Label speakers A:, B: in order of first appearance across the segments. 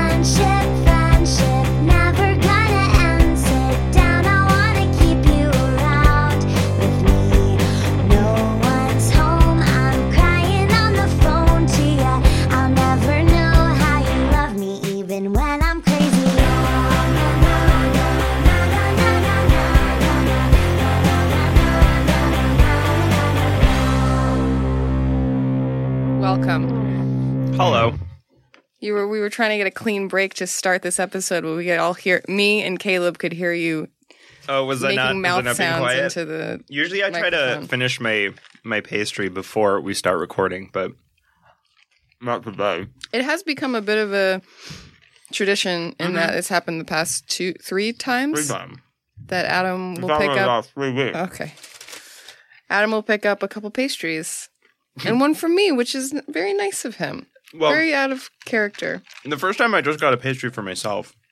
A: friendship, friendship, never gonna end. Sit down, I wanna keep you around with me. No one's home, I'm crying on the phone to ya. I'll never know how you love me, even when I'm crazy.
B: Welcome.
C: Hello.
B: You were we were trying to get a clean break to start this episode where we could all hear me and Caleb could hear you
C: Oh, was I
B: making
C: not, was I
B: mouth
C: not being
B: sounds
C: quiet?
B: into the
C: Usually I try to
B: microphone.
C: finish my my pastry before we start recording, but not today.
B: It has become a bit of a tradition
C: Mm-hmm.
B: in that it's happened the past two three times
C: time.
B: that Adam will pick up Uh,
C: three weeks.
B: Okay. Adam will pick up a couple pastries and one from me, which is very nice of him.
C: well,
B: very out of character.
C: the first time I just got a pastry for myself.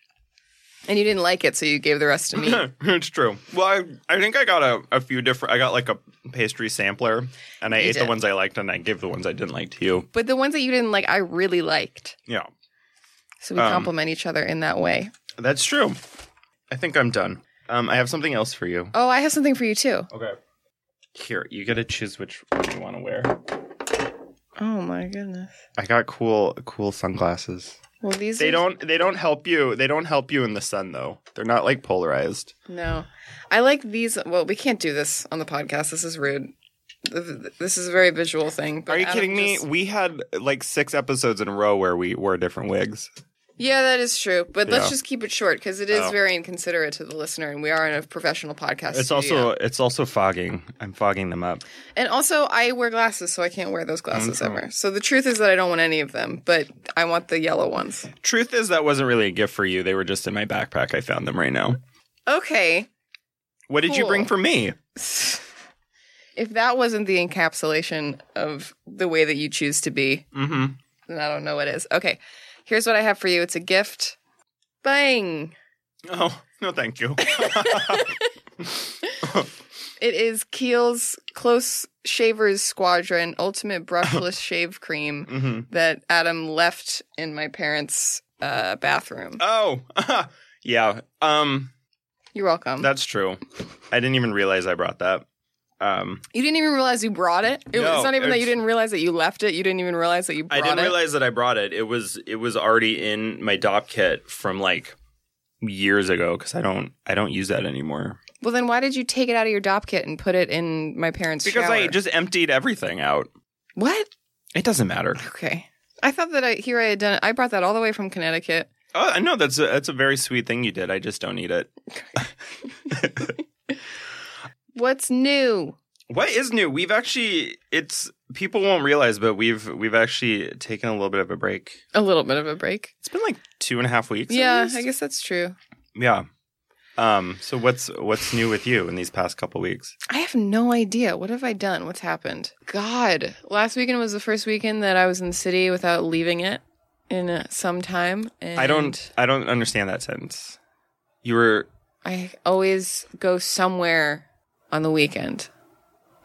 B: And you didn't like it, so you gave the rest to me.
C: it's true. Well, I, I think I got a, a few different. I got like a pastry sampler, and I
B: You
C: ate the
B: did.
C: ones I liked, and I gave the ones I didn't like to you.
B: but the ones that you didn't like, I really liked.
C: Yeah,
B: So we
C: Um,
B: compliment each other in that way.
C: that's true. I think I'm done. Um, I have something else for you.
B: Oh, I have something for you too.
C: Okay. Here, you gotta choose which one you want to wear.
B: Oh my goodness.
C: I got cool, cool sunglasses.
B: Well, these
C: They
B: are-
C: don't, they don't help you. They don't help you in the sun though. They're not like polarized.
B: No, I like these. Well, we can't do this on the podcast. This is rude. Th- th- This is a very visual thing. but
C: Are you
B: Adam
C: kidding me?
B: just-
C: We had like six episodes in a row where we wore different wigs.
B: Yeah, that is true. But let's
C: Yeah.
B: just keep it short because it is
C: Oh.
B: very inconsiderate to the listener, and we are in a professional podcast.
C: It's
B: studio.
C: also, it's also fogging. I'm fogging them up.
B: and also I wear glasses, so I can't wear those glasses ever. So the truth is that I don't want any of them, but I want the yellow ones.
C: Truth is, that wasn't really a gift for you. They were just in my backpack. I found them right now.
B: Okay,
C: What did you
B: Cool.
C: bring for me?
B: if that wasn't the encapsulation of the way that you choose to be,
C: Mm-hmm.
B: then I don't know what is. Okay, here's what I have for you. It's a gift. Bang!
C: Oh no, thank you.
B: It is Kiehl's Close Shavers Squadron Ultimate Brushless Shave Cream
C: Mhm.
B: that Adam left in my parents' uh, bathroom.
C: Oh, yeah. Um,
B: You're welcome.
C: that's true. I didn't even realize I brought that. Um,
B: you didn't even realize you brought it. It-
C: No,
B: it's not even that you
C: it's-
B: didn't realize that you left it. You didn't even realize that you brought
C: I didn't
B: it.
C: realize that I brought it. It was it was already in my dop kit from like years ago because I don't I don't use that anymore
B: well, then why did you take it out of your dop kit and put it in my parents'
C: because I
B: shower?
C: just emptied everything out.
B: what?
C: It doesn't matter.
B: Okay. I thought that I here I had done it. I brought that all the way from Connecticut.
C: Oh, I know that's a, that's a very sweet thing you did. I just don't need it.
B: What's new?
C: What is new? We've actually it's people won't realize, but we've we've actually taken a little bit of a break.
B: A little bit of a break.
C: It's been like two and a half weeks. at
B: yeah,
C: least.
B: I guess that's true.
C: Yeah. Um. So what's what's new with you in these past couple weeks?
B: I have no idea. What have I done? What's happened? God, last weekend was the first weekend that I was in the city without leaving it in uh, some time. And
C: I don't I don't understand that sentence. You were
B: I always go somewhere on the weekend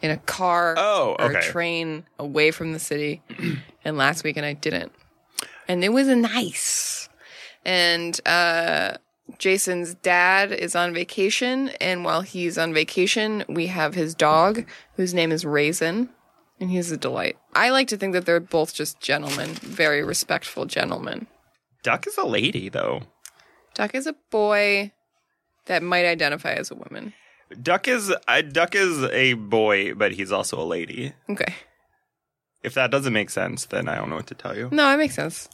B: in a car
C: Oh,
B: or a
C: okay.
B: train away from the city. and last weekend I didn't. And it was nice. And uh, Jason's dad is on vacation. And while he's on vacation, we have his dog, whose name is Raisin. And he's a delight. I like to think that they're both just gentlemen, very respectful gentlemen.
C: Duck is a lady though.
B: Duck is a boy that might identify as a woman.
C: Duck is I, Duck is a boy, but he's also a lady.
B: Okay.
C: If that doesn't make sense, then I don't know what to tell you.
B: No, it makes sense.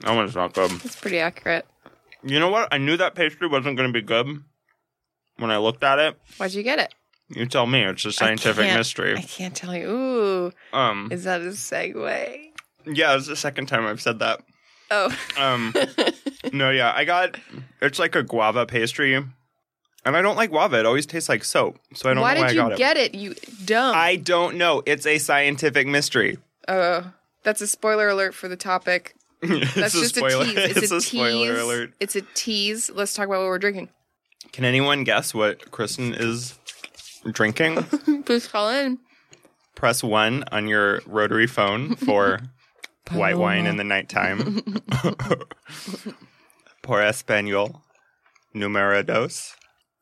C: That one's not good.
B: It's pretty accurate.
C: You know what? I knew that pastry wasn't going to be good when I looked at it.
B: Why'd you get it?
C: You tell me. It's a
B: I
C: scientific
B: can't- I
C: mystery.
B: can't tell you. Ooh,
C: Um.
B: is that a segue?
C: Yeah, it's the second time I've said that.
B: Oh,
C: Um, no, yeah, I got it's like a guava pastry, and I don't like guava. It always tastes like soap, so I don't
B: why
C: know why
B: did
C: I
B: you
C: got it.
B: get it? You dumb.
C: I don't know. It's a scientific mystery.
B: uh, that's a spoiler alert for the topic.
C: it's
B: That's
C: a
B: just
C: spoiler.
B: a tease. It's, a,
C: spoiler
B: tease.
C: alert.
B: It's a tease. Let's talk about what we're drinking.
C: Can anyone guess what Kristen is drinking?
B: Please call in.
C: Press one on your rotary phone for white wine in the nighttime. por español numero dos.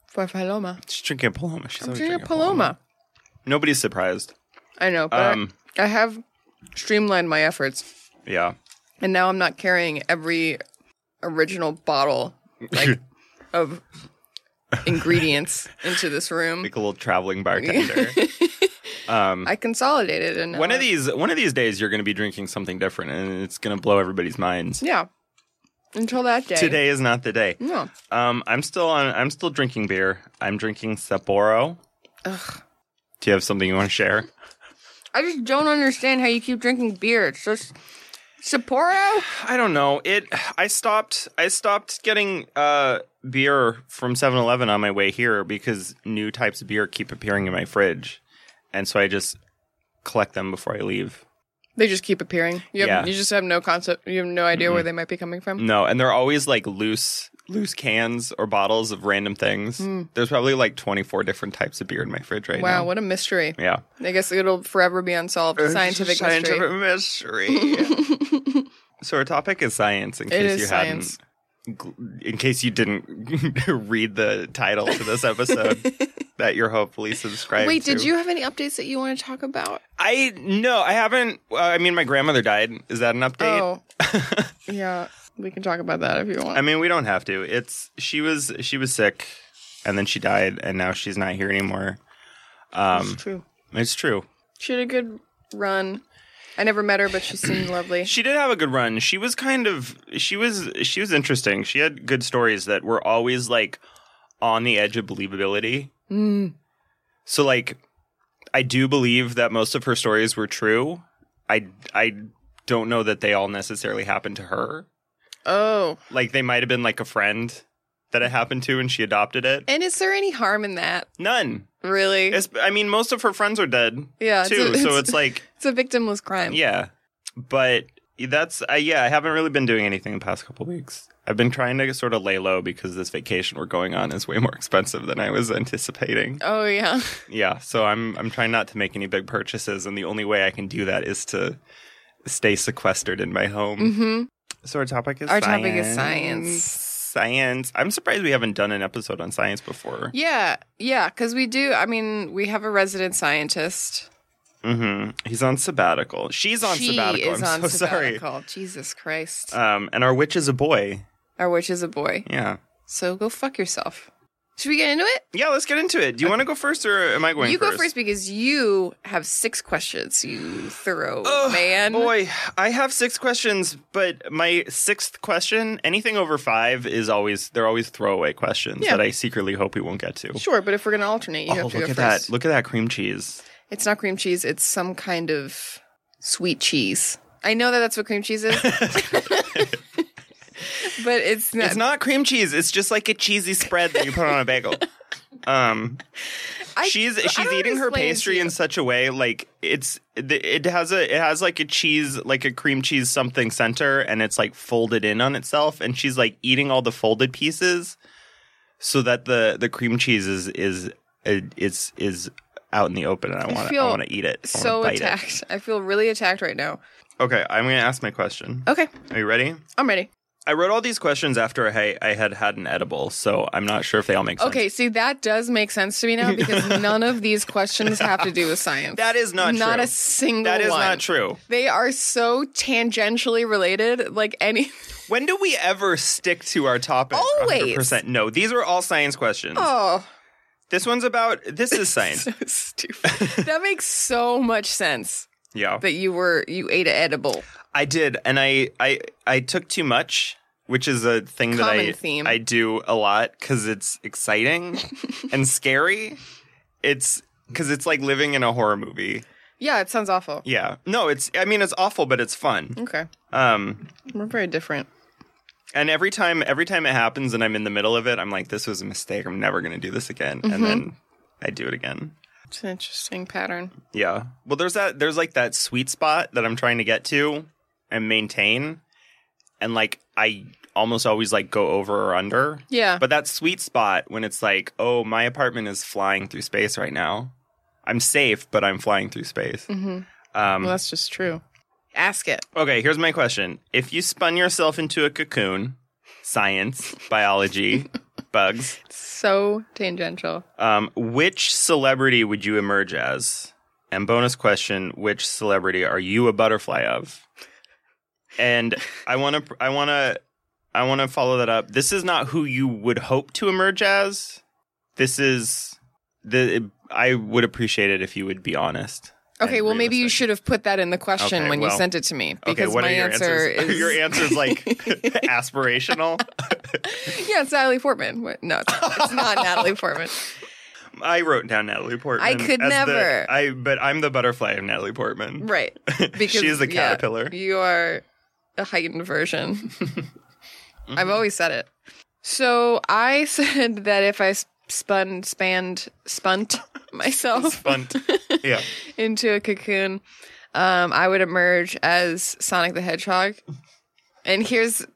B: For Paloma.
C: She's drinking Paloma. She's
B: I'm
C: always
B: drinking Paloma.
C: Nobody's surprised.
B: I know, but
C: Um,
B: I, I have streamlined my efforts,
C: yeah.
B: and now I'm not carrying every original bottle like, of ingredients into this room.
C: like a little traveling bartender. um,
B: I consolidated, and
C: one
B: uh,
C: of these one of these days you're going to be drinking something different, and it's going to blow everybody's minds.
B: yeah. Until that day,
C: Today is not the day.
B: no,
C: Um, I'm still on. I'm still drinking beer. I'm drinking Sapporo.
B: Ugh.
C: Do you have something you want to share?
B: I just don't understand how you keep drinking beer. It's just Sapporo.
C: I don't know. It. I stopped. I stopped getting uh beer from 7-Eleven on my way here because new types of beer keep appearing in my fridge, and so I just collect them before I leave.
B: They just keep appearing. You have,
C: Yeah.
B: you just have no concept. You have no idea where they might be coming from.
C: No, and they're always like loose loose cans or bottles of random things. There's probably like 24 different types of beer in my fridge right
B: Hmm. Wow,
C: now.
B: what a mystery!
C: Yeah.
B: I guess it'll forever be unsolved. Scientific, mystery.
C: Uh, scientific mystery. so our topic is science in
B: It
C: case
B: is
C: you
B: science.
C: hadn't gl- in case you didn't read the title to this episode that you're hopefully subscribed
B: Wait,
C: to.
B: did you have any updates that you want to talk about?
C: I no, I haven't uh, I mean my grandmother died. Is that an update?
B: Oh, yeah, we can talk about that if you want.
C: I mean, we don't have to. It's she was she was sick, and then she died, and now she's not here anymore. Um,
B: it's true.
C: It's true.
B: She had a good run. I never met her, but she seemed lovely.
C: She did have a good run. She was kind of she was she was interesting. She had good stories that were always like on the edge of believability.
B: Mm.
C: So like, I do believe that most of her stories were true. I I don't know that they all necessarily happened to her.
B: Oh,
C: Like they might have been like a friend that it happened to, and she adopted it.
B: and is there any harm in that?
C: None.
B: Really?
C: It's, I mean, most of her friends are dead.
B: yeah, it's
C: too.
B: a-
C: so it's like,
B: it's a victimless crime.
C: yeah, but that's uh, yeah. I haven't really been doing anything the past couple weeks. I've been trying to sort of lay low because this vacation we're going on is way more expensive than I was anticipating.
B: Oh yeah.
C: Yeah, so I'm I'm trying not to make any big purchases, and the only way I can do that is to stay sequestered in my home.
B: hmm
C: So our topic is
B: Our topic is
C: science.
B: science.
C: Science. I'm surprised we haven't done an episode on science before.
B: Yeah, yeah. Because we do. I mean, we have a resident scientist.
C: hmm He's on sabbatical. She's on
B: she
C: sabbatical.
B: is
C: I'm
B: on
C: so sorry.
B: sabbatical. Jesus Christ.
C: Um, and our witch is a boy.
B: Our witch is a boy.
C: Yeah.
B: So go fuck yourself. Should we get into it?
C: Yeah, let's get into it. Do you want to go first or am I going
B: you
C: first?
B: go first because you have six questions, you thorough
C: Ugh,
B: man.
C: Boy, I have six questions, but my sixth question, anything over five is always, they're always throwaway questions
B: Yeah.
C: that I secretly hope we won't get to.
B: Sure, but if we're gonna alternate, you
C: oh,
B: have
C: look
B: to go
C: at
B: first.
C: that. Look at that cream cheese.
B: It's not cream cheese. It's some kind of sweet cheese. I know that that's what cream cheese is, but it's not.
C: It's not cream cheese. It's just like a cheesy spread that you put on a bagel. Um,
B: I-
C: she's
B: I
C: she's
B: don't
C: eating her
B: explain it to
C: pastry
B: you.
C: in such a way like it's it has a it has like a cheese like a cream cheese something center and it's like folded in on itself and she's like eating all the folded pieces so that the the cream cheese is is uh, is is out in the open and I want to
B: feel
C: I want to eat it. I wanna
B: so
C: bite it.
B: attacked. I feel really attacked right now.
C: Okay, I'm going to ask my question.
B: Okay,
C: Are you ready?
B: I'm ready.
C: I wrote all these questions after I I had had an edible, so I'm not sure if they all make sense.
B: Okay, see that does make sense to me now because none of these questions have to do with science.
C: That is not
B: not
C: true.
B: a single
C: That is
B: one.
C: not true.
B: They are so tangentially related, like any.
C: When do we ever stick to our topic?
B: Always.
C: 100%? No, these are all science questions.
B: Oh,
C: This one's about this is science.
B: so stupid. that makes so much sense
C: yeah.
B: that you were you ate an edible.
C: I did and I I I took too much, which is a thing that I
B: Common theme.
C: I do a lot cuz it's exciting and scary. It's cuz it's like living in a horror movie.
B: Yeah, it sounds awful.
C: Yeah. No, it's I mean it's awful but it's fun.
B: Okay,
C: Um
B: we're very different.
C: and every time every time it happens and I'm in the middle of it, I'm like this was a mistake. I'm never going to do this again.
B: Mm-hmm.
C: And then I do it again.
B: It's an interesting pattern.
C: Yeah. Well, there's that. There's like that sweet spot that I'm trying to get to and maintain, and like I almost always like go over or under.
B: Yeah,
C: But that sweet spot when it's like, oh, my apartment is flying through space right now. I'm safe, but I'm flying through space.
B: Mhm.
C: Um,
B: well, that's just true. Ask it.
C: okay, here's my question: If you spun yourself into a cocoon science, biology, bugs.
B: So tangential.
C: Um, which celebrity would you emerge as? And bonus question: Which celebrity are you a butterfly of? And I want to, I want to, I want to follow that up. This is not who you would hope to emerge as. This is the. I would appreciate it if you would be honest.
B: Okay,
C: and
B: well, maybe you
C: realistic.
B: should have put that in the question
C: Okay,
B: when you
C: well-
B: sent it to me because
C: okay, what
B: my
C: are your
B: answer
C: answers?
B: is
C: your answer's like aspirational.
B: yeah, it's Natalie Portman. What- No, it's not, it's not Natalie Portman.
C: I wrote down Natalie Portman.
B: I could
C: as the-
B: never.
C: I but I'm the butterfly of Natalie Portman.
B: Right.
C: She's the
B: yeah,
C: caterpillar.
B: you are a heightened version. I've always said it. So I said that if I s- spun, spanned, spunt myself
C: Bunt. yeah.
B: into a cocoon, um, I would emerge as Sonic the Hedgehog. And here's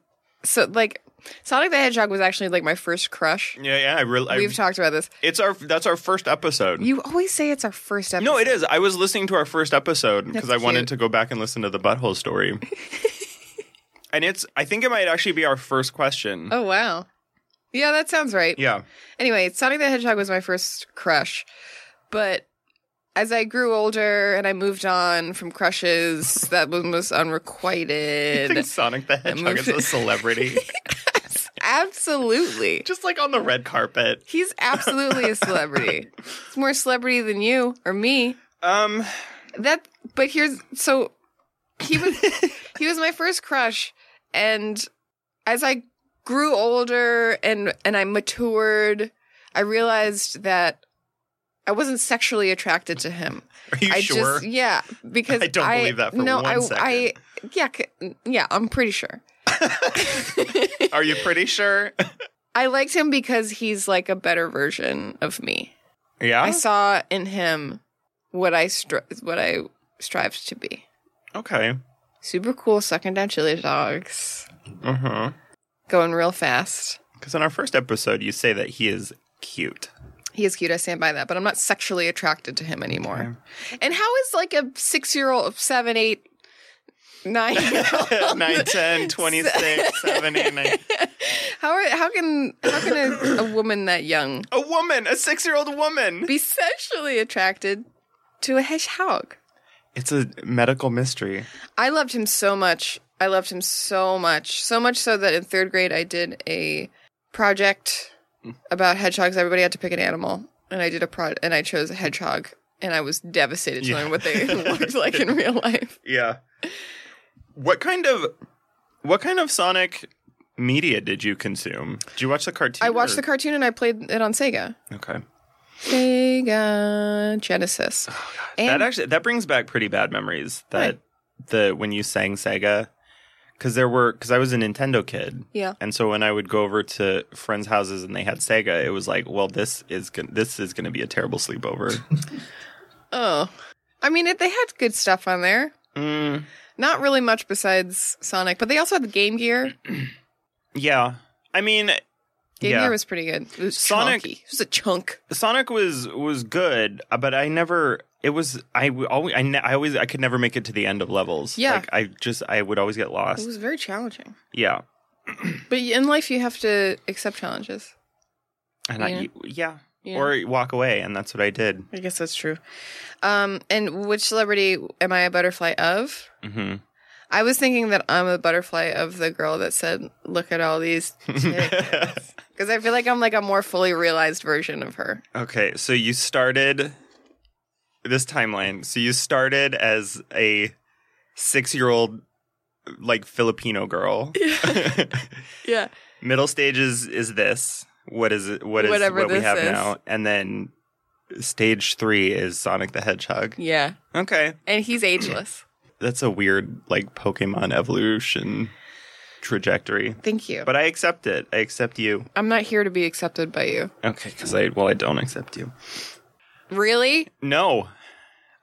B: so like Sonic the Hedgehog was actually like my first crush.
C: Yeah, yeah. I really. I,
B: We've talked about this.
C: it's our. That's our first episode.
B: You always say it's our first episode.
C: no, it is. I was listening to our first episode because
B: That's
C: I wanted
B: cute.
C: to go back and listen to the butthole story. and it's. I think it might actually be our first question.
B: Oh wow. Yeah, that sounds right.
C: Yeah.
B: Anyway, Sonic the Hedgehog was my first crush. But as I grew older and I moved on from crushes, that was most
C: I
B: unrequited.
C: think Sonic the Hedgehog
B: moved
C: is a
B: it.
C: celebrity,
B: Absolutely.
C: just like on the red carpet.
B: He's absolutely a celebrity. It's more celebrity than you or me.
C: Um.
B: That but here's so he was he was my first crush and as I grew older and and I matured, I realized that I wasn't sexually attracted to him.
C: Are you
B: I
C: sure?
B: just yeah because
C: I don't believe that for
B: no,
C: one
B: I,
C: second.
B: I yeah c- yeah I'm pretty sure.
C: Are you pretty sure?
B: I liked him because he's like a better version of me.
C: yeah.
B: I saw in him what I stri- what I strived to be.
C: okay.
B: Super cool, sucking down chili dogs,
C: Uh huh.
B: going real fast.
C: Because in our first episode, you say that he is cute.
B: He is cute. I stand by that, but I'm not sexually attracted to him anymore. And how is like a six year old, seven, eight, nine,
C: 9, 10, 26, 7, 8, 9.
B: how are how can how can a, a woman that young
C: A woman, a six year old woman.
B: be sexually attracted to a hedgehog?
C: It's a medical mystery.
B: I loved him so much. I loved him so much. So much so that in third grade, I did a project
C: Hmm.
B: about hedgehogs. Everybody had to pick an animal. And I did a pro, and I chose a hedgehog. And I was devastated to
C: Yeah.
B: learn what they looked like in real life.
C: Yeah. What kind of what kind of Sonic media did you consume? Did you watch the cartoon?
B: I watched the cartoon and I played it on Sega.
C: Okay.
B: Sega Genesis.
C: Oh, that
B: And
C: actually that brings back pretty bad memories that the when you sang Sega cuz there were cuz I was a Nintendo kid.
B: yeah.
C: And so when I would go over to friends' houses and they had Sega, it was like, well, this is gonna, this is going to be a terrible sleepover.
B: Oh. I mean, it, they had good stuff on there.
C: mm,
B: Not really much besides Sonic, but they also had the Game Gear.
C: yeah, I mean,
B: Game
C: yeah,
B: Gear was pretty good. It was Sonic.
C: Sonic-
B: Chunky. It was a chunk.
C: Sonic was was good, uh, but I never. It was I w- always I, ne- I always I could never make it to the end of levels.
B: Yeah.
C: like, I just I would always get
B: It
C: lost.
B: was very challenging.
C: yeah,
B: But in life, you have to accept challenges.
C: and
B: Yeah.
C: I yeah.
B: Yeah.
C: Or walk away, and that's what I did.
B: I guess that's true. Um, and which celebrity am I a butterfly of?
C: hmm
B: I was thinking that I'm a butterfly of the girl that said, "Look at all these," because I feel like I'm like a more fully realized version of her.
C: Okay, so you started this timeline. So you started as a six-year-old, like Filipino girl.
B: Yeah,
C: Middle stages is this. What is it? What is
B: Whatever
C: what we
B: this
C: have
B: is.
C: now? And then stage three is Sonic the Hedgehog.
B: yeah.
C: Okay,
B: And he's ageless.
C: that's a weird like Pokemon evolution trajectory.
B: Thank you.
C: But I accept it. I accept you.
B: I'm not here to be accepted by you.
C: Okay, because I well, I don't accept you.
B: Really?
C: No,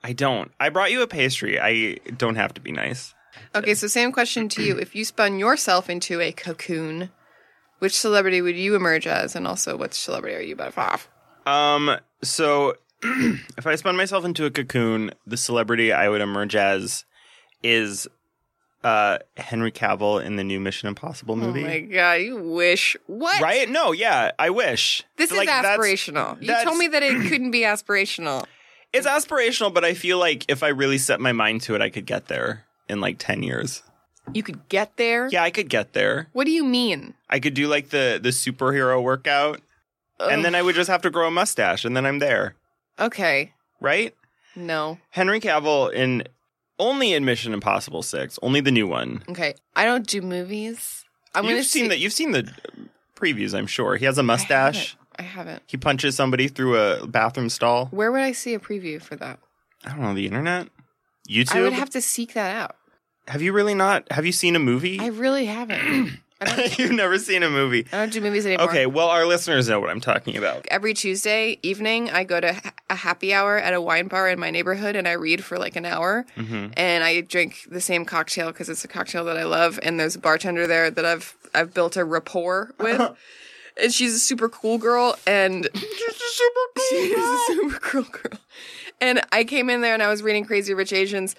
C: I don't. I brought you a pastry. I don't have to be nice.
B: Okay. So same question to you: If you spun yourself into a cocoon, which celebrity would you emerge as? And also, what celebrity are you butterfly? of?
C: Um, so if I spun myself into a cocoon, the celebrity I would emerge as is uh, Henry Cavill in the new Mission Impossible
B: Oh
C: movie.
B: my god, you wish what?
C: Right? No, yeah, I wish.
B: This
C: Like,
B: is
C: that's-
B: aspirational. You
C: that's-
B: told me that it couldn't be aspirational.
C: It's aspirational, but I feel like if I really set my mind to it, I could get there in like 10 years.
B: You could get there.
C: Yeah, I could get there.
B: What do you mean?
C: I could do like the the superhero workout
B: Oh,
C: and then I would just have to grow a mustache and then I'm there,
B: Okay.
C: right?
B: No.
C: Henry Cavill in only in Mission Impossible 6, only the new one.
B: Okay. I don't do movies. I'm gonna
C: you've seen
B: see-
C: that you've seen the previews, I'm sure. He has
B: I
C: a
B: haven't.
C: mustache.
B: I haven't.
C: He punches somebody through a bathroom stall.
B: Where would I see a preview for that?
C: I don't know, the internet? YouTube?
B: I would have to seek that out.
C: have you really not have you seen a movie?
B: I really haven't. I don't,
C: You've never seen a movie.
B: I don't do movies anymore.
C: Okay, well, our listeners know what I'm talking about.
B: Every Tuesday evening, I go to ha- a happy hour at a wine bar in my neighborhood and I read for like an hour.
C: hmm
B: And I drink the same cocktail because it's a cocktail that I love. And there's a bartender there that I've I've built a rapport with. and she's a super cool girl. And
C: Uh-huh. She's a super
B: She's a super cool girl. And I came in there and I was reading Crazy Rich Asians.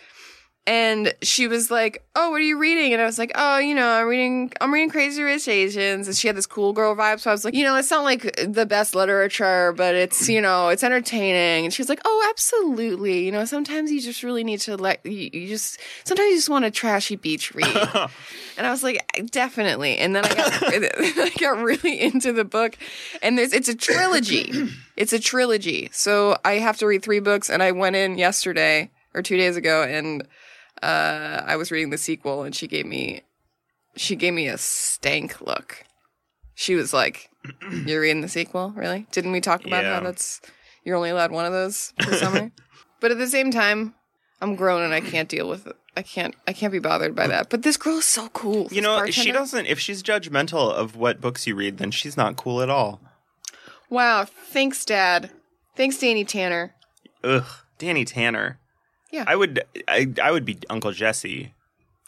B: And she was like, "Oh, what are you reading?" And I was like, "Oh, you know, I'm reading, I'm reading Crazy Rich Asians." And she had this cool girl vibe, so I was like, "You know, it's not like the best literature, but it's, you know, it's entertaining." And she was like, "Oh, absolutely. You know, sometimes you just really need to let you, you just sometimes you just want a trashy beach read." And I was like, definitely. And then I got, I got really into the book. And there's, it's a trilogy. It's a trilogy. So I have to read three books. And I went in yesterday or two days ago, and uh, I was reading the sequel, and she gave me, she gave me a stank look. She was like, "You're reading the sequel, really? Didn't we talk about
C: Yeah.
B: how that's you're only allowed one of those per summer?" but at the same time, I'm grown and I can't deal with it. I can't. I can't be bothered by that. But this girl is so cool.
C: You
B: This
C: know, she
B: bartender-
C: doesn't. If she's judgmental of what books you read, then she's not cool at all.
B: Wow. Thanks, Dad. Thanks, Danny Tanner.
C: Ugh, Danny Tanner.
B: Yeah.
C: I would. I, I would be Uncle Jesse.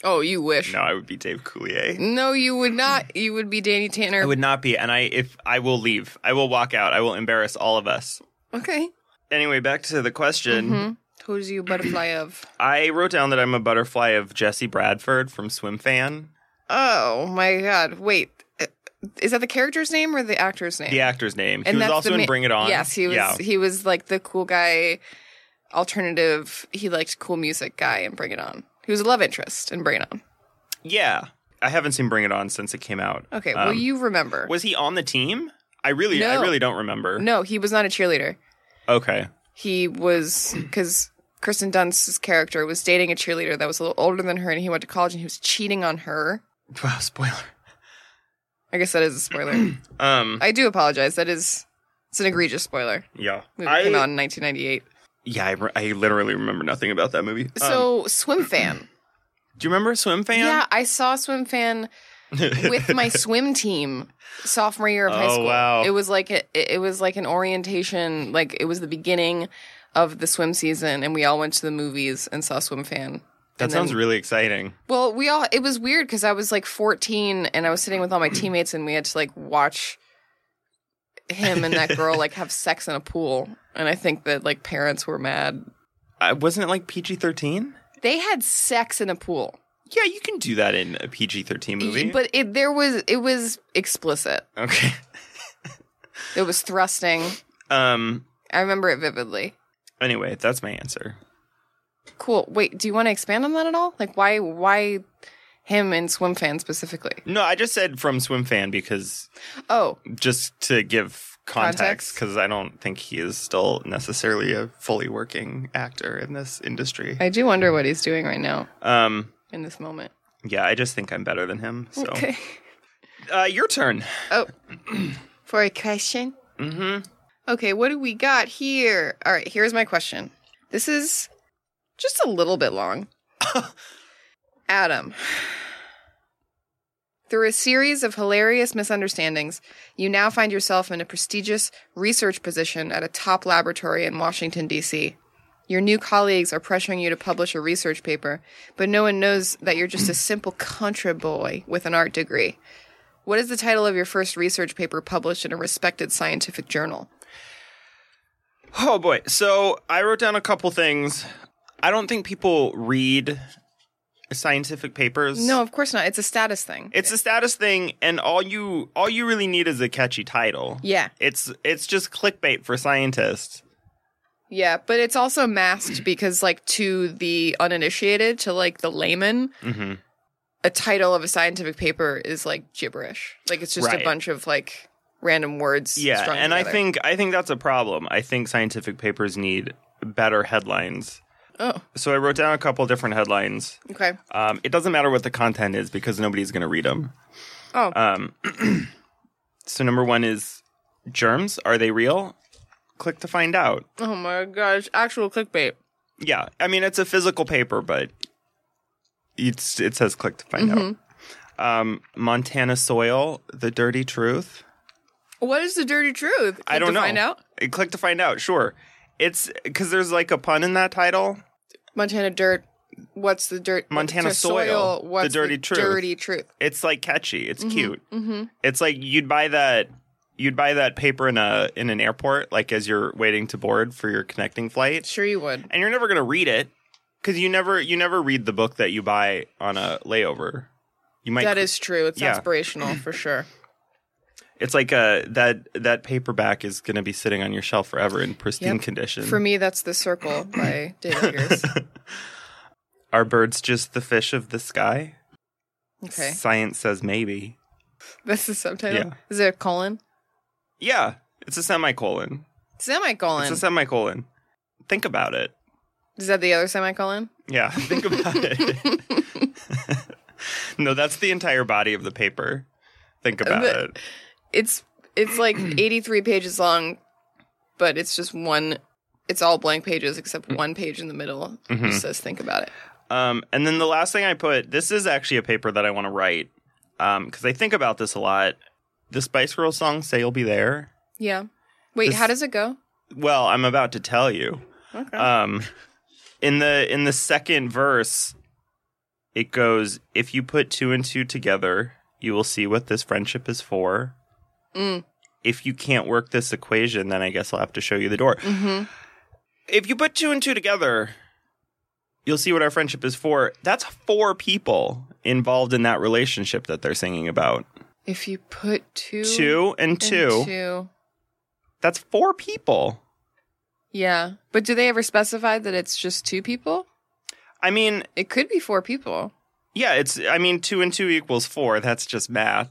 B: Oh, you wish.
C: No, I would be Dave Coulier.
B: No, you would not. You would be Danny Tanner.
C: I would not be. And I, if I will leave, I will walk out. I will embarrass all of us.
B: Okay.
C: Anyway, back to the question.
B: Mhm. Who's you butterfly of?
C: I wrote down that I'm a butterfly of Jesse Bradford from Swim Fan,
B: Oh my God! Wait, Uh, is that the character's name or the actor's name?
C: the actor's name. he was
B: that's
C: also
B: the
C: in
B: ma-
C: Bring It On.
B: Yes, he was.
C: Yeah.
B: He was like the cool guy, alternative. He liked cool music guy in Bring It On. He was a love interest in Bring It On.
C: yeah. I haven't seen Bring It On since it came out.
B: Okay, well
C: Um,
B: you remember?
C: Was he on the team? I really, I
B: No.
C: really don't remember.
B: no, he was not a cheerleader.
C: Okay.
B: He was because Kristen Dunst's character was dating a cheerleader that was a little older than her, and he went to college and he was cheating on her.
C: Wow, spoiler.
B: I guess that is a spoiler.
C: Um,
B: I do apologize. That is it's an egregious spoiler.
C: yeah.
B: Movie came out in 1998.
C: yeah, I, re- I literally remember nothing about that movie. Um,
B: So swim fan.
C: do you remember Swim Fan?
B: Yeah, I saw swim fan with my swim team sophomore year of high
C: Oh,
B: school.
C: wow.
B: It was like a, it was like an orientation, like it was the beginning of the swim season, and we all went to the movies and saw swim fan.
C: that
B: and
C: sounds
B: then-
C: really exciting.
B: Well, we all it was weird because I was like 14 and I was sitting with all my teammates and we had to like watch him and that girl like have sex in a pool, and I think that like parents were mad.
C: Uh, wasn't it like PG thirteen?
B: They had sex in a pool.
C: Yeah, you can do that in a PG thirteen movie.
B: But it there was it was explicit.
C: okay.
B: It was thrusting.
C: Um.
B: I remember it vividly.
C: Anyway, that's my answer.
B: Cool. Wait, do you want to expand on that at all? Like why why him and swim fan specifically?
C: No, I just said from Swim Fan because
B: Oh,
C: just to give context,
B: Context.
C: because I don't think he is still necessarily a fully working actor in this industry.
B: I do wonder what he's doing right now
C: Um.
B: in this moment.
C: Yeah, I just think I'm better than him. So,
B: Okay.
C: uh, your turn.
B: Oh. For a question?
C: Mm-hmm.
B: Okay, what do we got here? All right, here's my question. This is just a little bit long. Adam, through a series of hilarious misunderstandings, you now find yourself in a prestigious research position at a top laboratory in Washington, D.C. Your new colleagues are pressuring you to publish a research paper, but no one knows that you're just a simple contra boy with an art degree. What is the title of your first research paper published in a respected scientific journal?
C: Oh boy. So I wrote down a couple things. I don't think people read scientific papers?
B: No, of course not. It's a status thing.
C: It's a status thing, and all you all you really need is a catchy title.
B: yeah,
C: It's it's just clickbait for scientists.
B: yeah, but it's also masked because, like, to the uninitiated, to like the layman,
C: hmm
B: a title of a scientific paper is like gibberish. Like, it's just
C: Right.
B: a bunch of like random words.
C: Yeah,
B: strung
C: and I
B: together.
C: think I think that's a problem. I think scientific papers need better headlines.
B: Oh,
C: So I wrote down a couple different headlines.
B: okay.
C: Um, it doesn't matter what the content is because nobody's going to read them.
B: Oh,
C: Um, so number one is germs. Are they real? Click to find out.
B: oh my gosh! Actual clickbait.
C: Yeah, I mean it's a physical paper, but it's it says click to find
B: Mm-hmm.
C: out. Um, Montana soil, the dirty truth.
B: What is the dirty truth?
C: I don't
B: to
C: know.
B: Find out.
C: Uh, Click to find out. Sure, it's because there's like a pun in that title.
B: Montana dirt. What's the dirt?
C: Montana
B: what's
C: soil, the
B: What's
C: dirty truth.
B: Dirty truth.
C: It's like catchy. It's
B: Mm-hmm.
C: cute. It's like you'd buy that. You'd buy that paper in a in an airport, like as you're waiting to board for your connecting flight.
B: Sure, you would.
C: and you're never gonna read it because you never you never read the book that you buy on a layover. You might
B: That is true. It's
C: Yeah.
B: aspirational for sure.
C: it's like uh that that paperback is gonna be sitting on your shelf forever in pristine
B: Yep.
C: condition.
B: For me, that's The Circle by David Eggers.
C: Are birds just the fish of the sky?
B: Okay.
C: Science says maybe.
B: That's the subtitle.
C: Yeah.
B: Is it a colon?
C: Yeah, it's a semicolon.
B: Semicolon.
C: It's a semicolon. Think about it.
B: Is that the other semicolon?
C: Yeah, think about it. no, that's the entire body of the paper. Think about
B: Uh, But-
C: it.
B: It's it's like 83 pages long, but it's just one. It's all blank pages
C: Mm.
B: except one page in the middle. It
C: Mm-hmm.
B: just says think about it.
C: Um, and then the last thing I put this is actually a paper that I want to write because I think about this a lot. The Spice Girls song "Say You'll Be There."
B: Yeah. Wait,
C: This-
B: how does it go? Uh,
C: Well, I'm about to tell you.
B: Okay.
C: Um, in the in the second verse, it goes: "If you put two and two together, you will see what this friendship is for."
B: Mm.
C: If you can't work this equation, then I guess I'll have to show you the door.
B: hmm
C: If you put two and two together, you'll see what our friendship is for. That's four people involved in that relationship that they're singing about.
B: If you put two,
C: Two and
B: and
C: two.
B: two,
C: That's four people.
B: yeah. But do they ever specify that it's just two people?
C: I mean,
B: It could be four people.
C: yeah, it's, I mean, two and two equals four. That's just math.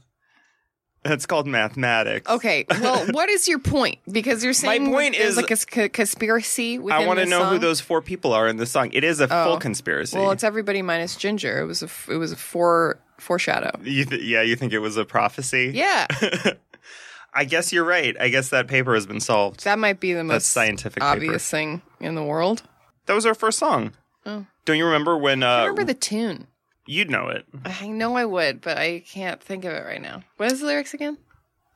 C: That's called mathematics.
B: Okay. Well, what is your point? Because you're saying
C: point
B: there's
C: is-
B: like a s- co- conspiracy. Within
C: I want to
B: this
C: know who
B: song?
C: those four people are in the song. It is a
B: Oh.
C: full conspiracy.
B: Well, it's everybody minus Ginger. It was a f- it was a fore foreshadow.
C: you th- yeah, you think it was a prophecy?
B: Yeah,
C: I guess you're right. I guess that paper has been solved.
B: that might be the
C: That's
B: most
C: scientific
B: obvious thing in the world.
C: paper. That was our first song.
B: Oh.
C: Don't you remember when? Uh,
B: I remember the tune.
C: You'd know it.
B: I know I would, but I can't think of it right now. What is the lyrics again?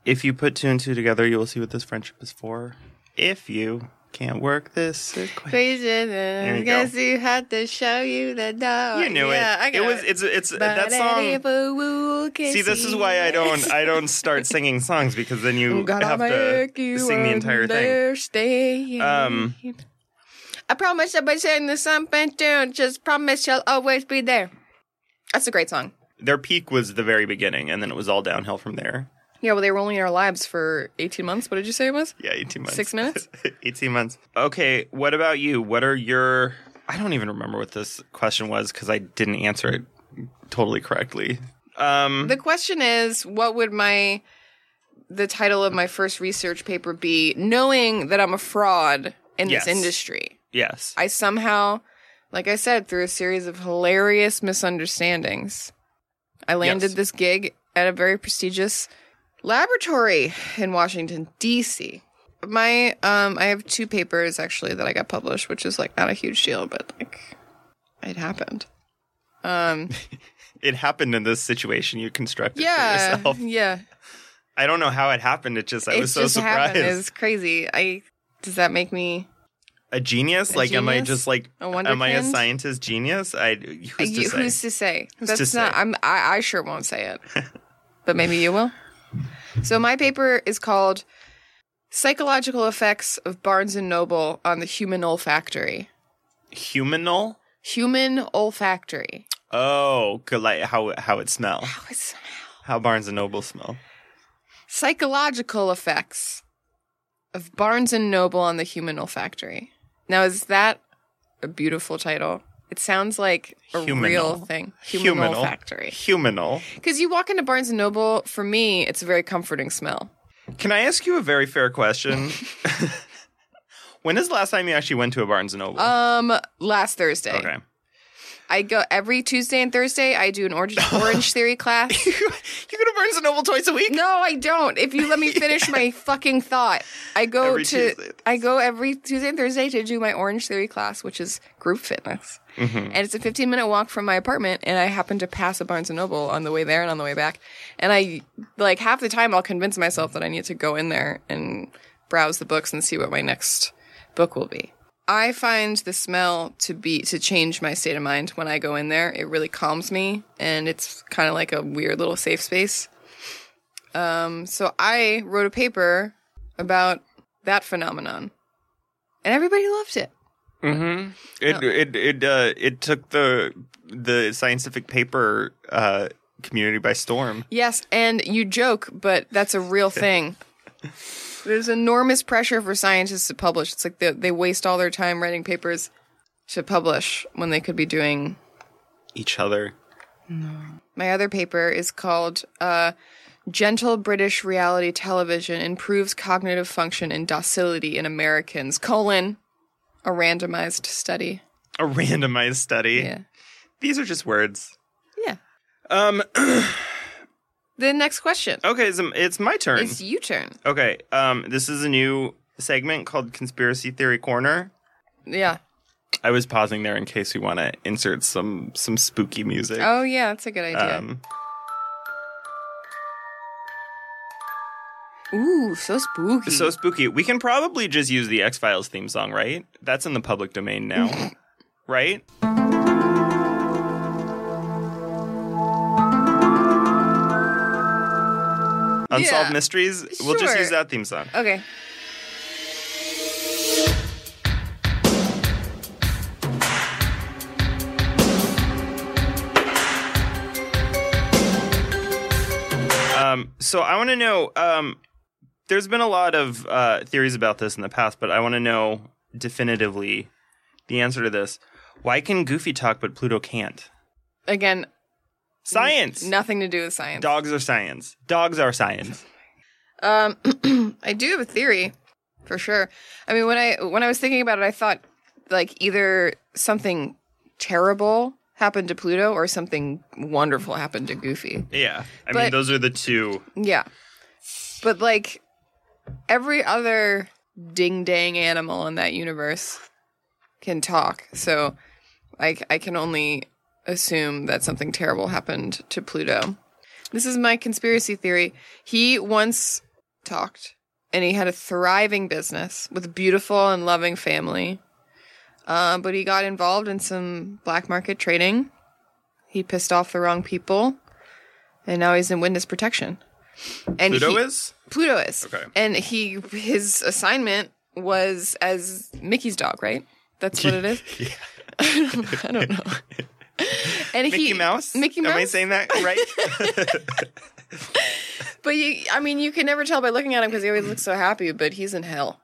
C: If you put two and two together, you will see what this friendship is for. If you can't work this equation.
B: There
C: you
B: Guess
C: go.
B: you had to show you the dog.
C: You knew
B: yeah,
C: it.
B: I got
C: it was it's it's that song. See, this is why I don't I don't start singing songs because then you have to sing the entire thing.
B: thing.
C: Um,
B: I promise I'll be saying this something soon. Just promise you'll always be there. That's a great song.
C: Their peak was the very beginning, and then it was all downhill from there.
B: Yeah, well, they were only in our lives for 18 months. What did you say it was?
C: Yeah, eighteen months.
B: Six minutes?
C: eighteen months. Okay, what about you? What are your? I don't even remember what this question was because I didn't answer it totally correctly. Um,
B: The question is, what would my the title of my first research paper be? Knowing that I'm a fraud in
C: Yes.
B: this industry,
C: yes.
B: I somehow, like I said, through a series of hilarious misunderstandings, I landed
C: Yes.
B: this gig at a very prestigious laboratory in Washington D.C. My um, I have two papers actually that I got published, which is like not a huge deal, but like it happened. Um.
C: it happened in this situation you constructed
B: Yeah.
C: for yourself.
B: Yeah.
C: I don't know how it happened. It just I
B: it
C: was so
B: just
C: surprised.
B: happened. It was crazy. I does that make me
C: a genius? like am I
B: genius?
C: just like
B: A
C: am
B: wonder
C: I a
B: kid?
C: scientist genius? I who's
B: you-
C: to say?
B: who's to say?
C: Who's
B: That's
C: to
B: not
C: say?
B: I'm I, I sure won't say it. but maybe you will. So my paper is called Psychological Effects of Barnes and Noble on the Human Olfactory.
C: Humanal?
B: Human olfactory.
C: Oh, 'cause like how how it smell?
B: Oh, it's
C: How Barnes and Noble smell?
B: psychological effects of Barnes and Noble on the human olfactory. Now, is that a beautiful title? It sounds like a
C: Humanal.
B: real thing. Human
C: Humanal.
B: olfactory.
C: Humanal.
B: Because you walk into Barnes and Noble, for me, it's a very comforting smell.
C: Can I ask you a very fair question? when is the last time you actually went to a Barnes and Noble?
B: Um, last Thursday,
C: okay.
B: I go every Tuesday and Thursday. I do an orange orange theory class.
C: you go to Barnes and Noble twice a week?
B: No, I don't. If you let me finish my fucking thought, I go
C: Every
B: to
C: Tuesday.
B: I go every Tuesday and Thursday to do my orange theory class, which is group fitness.
C: Mm-hmm.
B: And it's a 15 minute walk from my apartment and I happen to pass a Barnes and Noble on the way there and on the way back. And I like half the time I'll convince myself that I need to go in there and browse the books and see what my next book will be. I find the smell to be to change my state of mind when I go in there. It really calms me and it's kind of like a weird little safe space. Um, so I wrote a paper about that phenomenon, and everybody loved it.
C: Mm-hmm. It
B: No.
C: it it uh, it took the the scientific paper uh, community by storm.
B: Yes, and you joke, but that's a real thing. There's enormous pressure for scientists to publish. It's like they, they waste all their time writing papers to publish when they could be doing.
C: Each other.
B: My other paper is called uh, Gentle British Reality Television Improves Cognitive Function and Docility in Americans, colon, a randomized study.
C: A randomized study.
B: Yeah.
C: These are just words.
B: Yeah.
C: Um.
B: The next question.
C: okay, it's, it's my turn.
B: It's U turn.
C: okay. Um. This is a new segment called Conspiracy Theory Corner.
B: Yeah.
C: I was pausing there in case we want to insert some some spooky music.
B: Oh, yeah, that's a good idea.
C: Um,
B: Ooh, so spooky.
C: so spooky. We can probably just use the X Files theme song, right? That's in the public domain now, right? Unsolved
B: Yeah.
C: Mysteries. We'll just
B: Sure.
C: use that theme song.
B: okay.
C: Um, so I want to know. Um, there's been a lot of uh, theories about this in the past, but I want to know definitively the answer to this. Why can Goofy talk but Pluto can't?
B: Again,
C: Science.
B: nothing to do with science.
C: Dogs are science. Dogs are science.
B: Um, I do have a theory, for sure. I mean, when I when I was thinking about it, I thought like either something terrible happened to Pluto or something wonderful happened to Goofy.
C: Yeah. I mean,
B: But-
C: those are the two.
B: Yeah. But like every other ding dang animal in that universe can talk. So like I can only assume that something terrible happened to Pluto. This is my conspiracy theory. He once talked and he had a thriving business with a beautiful and loving family. Uh, but he got involved in some black market trading. He pissed off the wrong people. And now he's in witness protection. And
C: Pluto
B: he-
C: is?
B: Pluto is.
C: Okay.
B: And he his assignment was as Mickey's dog, right? That's what it is. I don't know. And
C: Mickey
B: he,
C: Mouse?
B: Mickey Mouse.
C: Am I saying that right?
B: But you, I mean, you can never tell by looking at him because he always looks so happy. But he's in hell.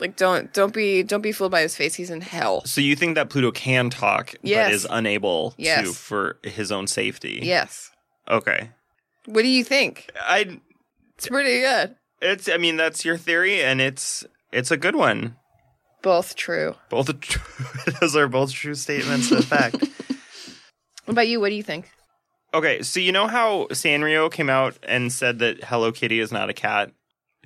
B: Like, don't don't be don't be fooled by his face. He's in hell.
C: so you think that Pluto can talk,
B: Yes.
C: but is unable
B: Yes.
C: to for his own safety?
B: Yes.
C: Okay.
B: What do you think?
C: I.
B: It's pretty good.
C: It's. I mean, that's your theory, and it's. It's a good one.
B: Both true.
C: Both are true. those are both true statements of fact.
B: What about you? What do you think?
C: Okay, so you know how Sanrio came out and said that Hello Kitty is not a cat?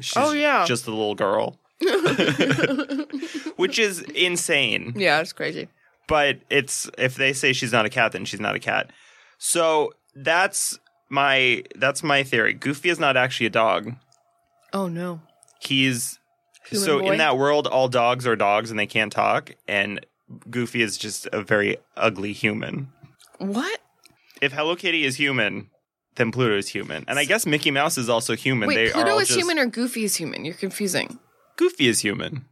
C: She's
B: Oh, yeah.
C: just a little girl. Which is insane.
B: Yeah, it's crazy.
C: But it's if they say she's not a cat, then she's not a cat. So that's my that's my theory. Goofy is not actually a dog.
B: Oh no.
C: He's
B: Human
C: so
B: boy?
C: in that world all dogs are dogs and they can't talk and Goofy is just a very ugly human.
B: What?
C: If Hello Kitty is human, then Pluto is human. And I guess Mickey Mouse is also human.
B: Wait,
C: they are
B: Pluto
C: all
B: is
C: just-
B: human or Goofy is human? You're confusing.
C: Goofy is human.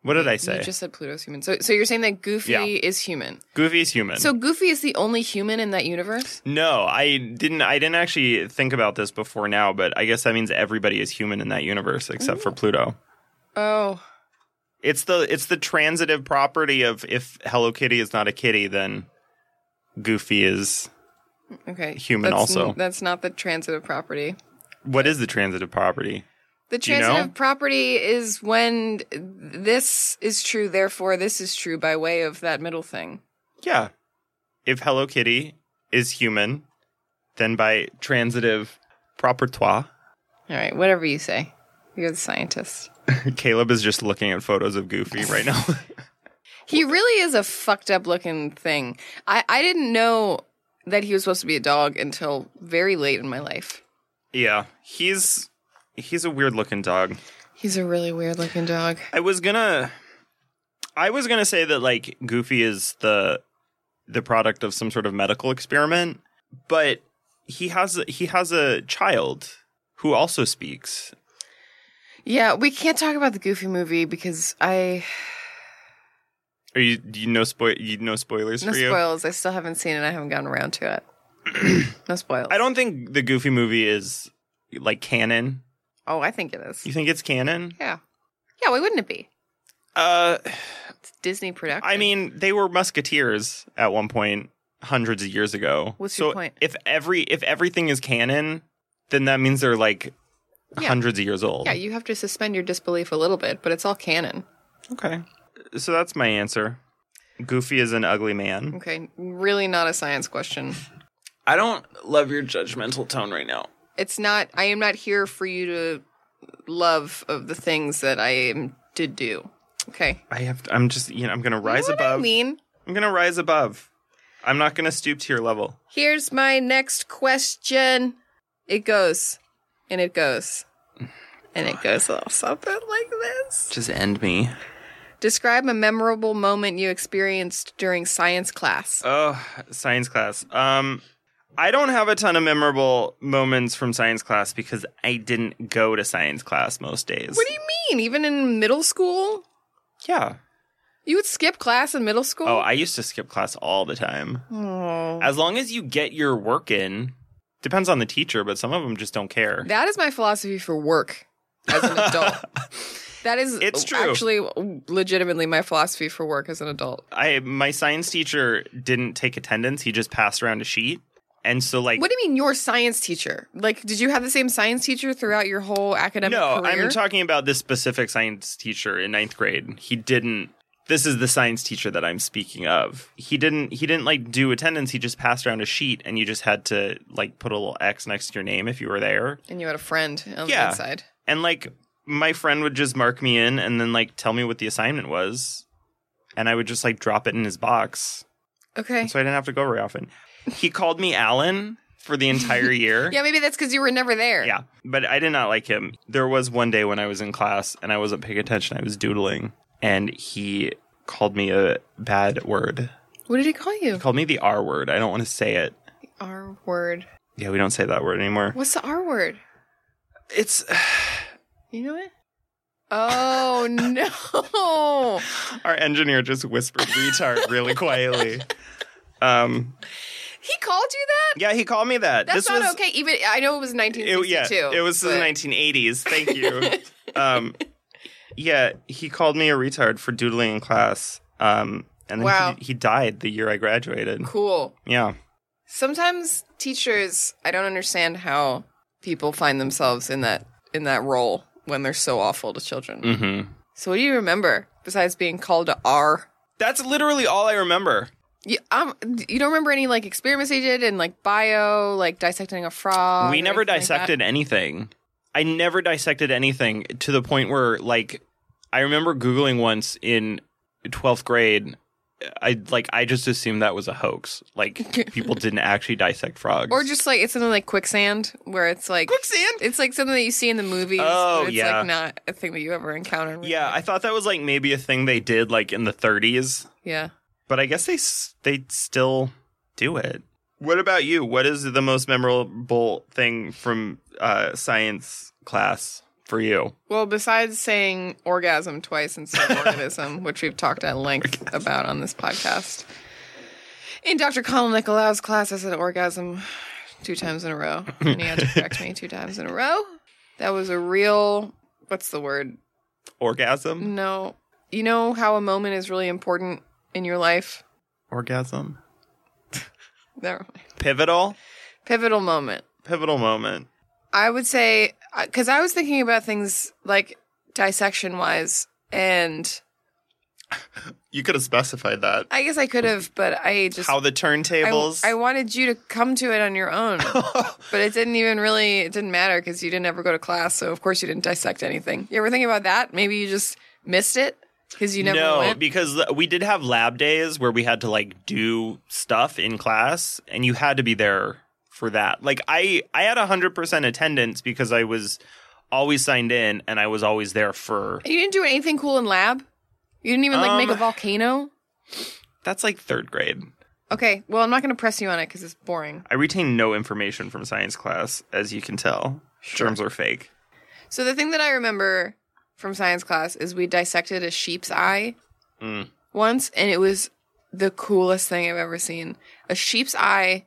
C: What did I say?
B: You just said Pluto's human. So, so you're saying that Goofy
C: Yeah.
B: is human.
C: Goofy's human.
B: So Goofy is the only human in that universe.
C: no, I didn't. I didn't actually think about this before now, but I guess that means everybody is human in that universe except for Pluto.
B: Oh,
C: It's the it's the transitive property of if Hello Kitty is not a kitty, then Goofy is.
B: okay.
C: Human
B: That's
C: also.
B: n- that's not the transitive property.
C: What is the transitive property?
B: The
C: Do you know?
B: transitive property is when this is true, therefore this is true by way of that middle thing.
C: Yeah, if Hello Kitty is human, then by transitive propertoire,
B: All right, whatever you say. You're the scientist.
C: Caleb is just looking at photos of Goofy right now.
B: He really is a fucked up looking thing. I, I didn't know that he was supposed to be a dog until very late in my life.
C: yeah, he's he's a weird looking dog.
B: He's a really weird looking dog.
C: I was gonna, I was gonna say that like Goofy is the the product of some sort of medical experiment, but he has he has a child who also speaks.
B: Yeah, we can't talk about the Goofy movie because I
C: Are you do you no spoil you no spoilers
B: no
C: for you?
B: spoils. I still haven't seen it. I haven't gotten around to it. no spoils.
C: I don't think the Goofy movie is like canon.
B: Oh, I think it is.
C: You think it's canon?
B: Yeah, yeah. Why wouldn't it be?
C: Uh,
B: It's a Disney production.
C: I mean, they were musketeers at one point, hundreds of years ago.
B: What's
C: so
B: your point?
C: If every if everything is canon, then that means they're like
B: Yeah.
C: hundreds of years old.
B: yeah, you have to suspend your disbelief a little bit, but it's all canon.
C: Okay. So that's my answer. Goofy is an ugly man.
B: Okay, really not a science question.
C: I don't love your judgmental tone right now.
B: It's not. I am not here for you to love of the things that I am to do. Okay,
C: I have to, I'm just you know I'm going to rise
B: you know what
C: above.
B: I mean,
C: I'm going to rise above. I'm not going to stoop to your level.
B: here's my next question. It goes, and it goes, and it goes a little something like this.
C: Just end me.
B: Describe a memorable moment you experienced during science class.
C: Oh, science class. Um, I don't have a ton of memorable moments from science class because I didn't go to science class most days.
B: What do you mean? Even in middle school,
C: yeah.
B: you would skip class in middle school.
C: Oh, I used to skip class all the time.
B: Oh.
C: As long as you get your work in, depends on the teacher, but some of them just don't care.
B: That is my philosophy for work as an adult. that is
C: It's true.
B: actually legitimately my philosophy for work as an adult.
C: I my science teacher didn't take attendance; he just passed around a sheet, and so like
B: What do you mean your science teacher? Like did you have the same science teacher throughout your whole academic
C: no,
B: career?
C: I'm talking about this specific science teacher in ninth grade. He didn't. This is the science teacher that I'm speaking of. He didn't. He didn't like do attendance. He just passed around a sheet, and you just had to like put a little X next to your name if you were there.
B: and you had a friend on the
C: Yeah.
B: inside.
C: And like my friend would just mark me in, and then like tell me what the assignment was, and I would just like drop it in his box,
B: Okay.
C: so I didn't have to go very often. He called me Alan for the entire year.
B: Yeah, maybe that's because you were never there.
C: Yeah, but I did not like him. There was one day when I was in class and I wasn't paying attention. I was doodling, and he called me a bad word.
B: What did he call you?
C: He called me the R word. I don't want to say it.
B: R word.
C: Yeah, we don't say that word anymore.
B: What's the R word?
C: It's.
B: You know it? Oh no.
C: Our engineer just whispered retard really quietly. Um.
B: He called you that?
C: Yeah, he called me that.
B: That's
C: this
B: not
C: was,
B: okay. Even I know it was
C: It,
B: 1962.
C: yeah, it was the
B: but-
C: 1980s. Thank you. um, yeah, he called me a retard for doodling in class. Um, and then
B: Wow.
C: he, he died the year I graduated.
B: Cool.
C: Yeah.
B: Sometimes teachers, I don't understand how people find themselves in that in that role when they're so awful to children.
C: Mm-hmm.
B: So what do you remember besides being called a R?
C: That's literally all I remember.
B: You, um, you don't remember any like experiments they did in like bio, like dissecting a frog.
C: we
B: or
C: never
B: anything like that?
C: dissected anything. I never dissected anything to the point where, like, I remember Googling once in 12th grade. I like I just assumed that was a hoax. Like people didn't actually dissect frogs.
B: or just like it's something like quicksand, where it's like
C: quicksand.
B: it's like something that you see in the movies.
C: Oh,
B: but it's
C: yeah.
B: like not a thing that you ever encounter. in real
C: Yeah, I
B: life.
C: thought that was like maybe a thing they did like in the 30s,
B: yeah.
C: but I guess they s- they still do it. What about you? What is the most memorable thing from uh, science class? for you.
B: Well, besides saying orgasm twice instead of organism, which we've talked at length about on this podcast, in Dr. Colin Nicolau's class, I said orgasm two times in a row, and he had to correct me two times in a row. That was a real, what's the word?
C: Orgasm?
B: No. You know how a moment is really important in your life?
C: Orgasm?
B: Never mind.
C: Pivotal?
B: Pivotal moment.
C: Pivotal moment.
B: I would say because I was thinking about things like dissection wise, and
C: You could have specified that.
B: I guess I could have, but I just
C: How the
B: I,
C: turntables.
B: I wanted you to come to it on your own, but it didn't even really it didn't matter because you didn't ever go to class, so of course you didn't dissect anything. You ever think about that? Maybe you just missed it because you never
C: no,
B: went.
C: because th- we did have lab days where we had to like do stuff in class, and you had to be there for that. Like I, I had hundred percent attendance because I was always signed in, and I was always there for.
B: you didn't do anything cool in lab. You didn't even like make a
C: Um,
B: volcano.
C: That's like third grade.
B: Okay, well I'm not going to press you on it because it's boring.
C: I retain no information from science class, as you can tell. Germs are fake.
B: So the thing that I remember from science class is we dissected a sheep's eye
C: Mm.
B: once, and it was the coolest thing I've ever seen. A sheep's eye,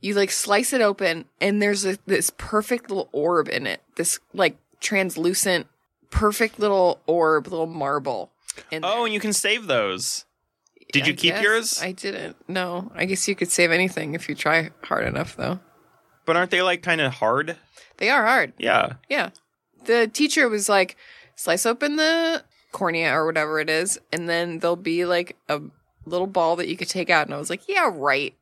B: you like slice it open, and there's a, this perfect little orb in it. This like translucent, perfect little orb, little marble. In
C: Oh,
B: there.
C: and you can save those. Did
B: I
C: you keep
B: guess
C: yours?
B: I didn't. No, I guess you could save anything if you try hard enough, though.
C: but aren't they like kind of hard?
B: They are hard.
C: Yeah.
B: Yeah. The teacher was like, slice open the cornea or whatever it is, and then there'll be like a little ball that you could take out. And I was like, yeah, right.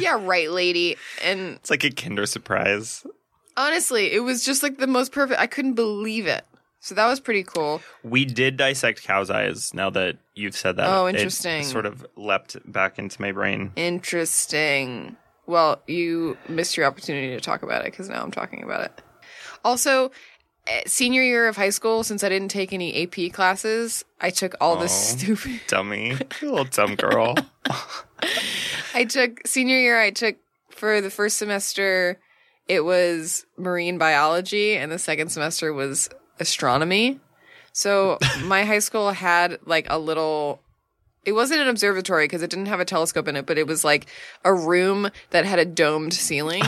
B: yeah, right, lady. And
C: It's like a Kinder surprise.
B: honestly, it was just like the most perfect. I couldn't believe it. So that was pretty cool.
C: We did dissect cow's eyes. Now that you've said that,
B: Oh,
C: it
B: interesting.
C: sort of leapt back into my brain.
B: Interesting. Well, you missed your opportunity to talk about it because now I'm talking about it. Also, eh, senior year of high school, since I didn't take any AP classes, I took all this
C: Aw.
B: stupid.
C: Dummy, You little dumb girl.
B: I took senior year. I took for the first semester, it was marine biology, and the second semester was astronomy. So my high school had like a little. It wasn't an observatory because it didn't have a telescope in it, but it was like a room that had a domed ceiling.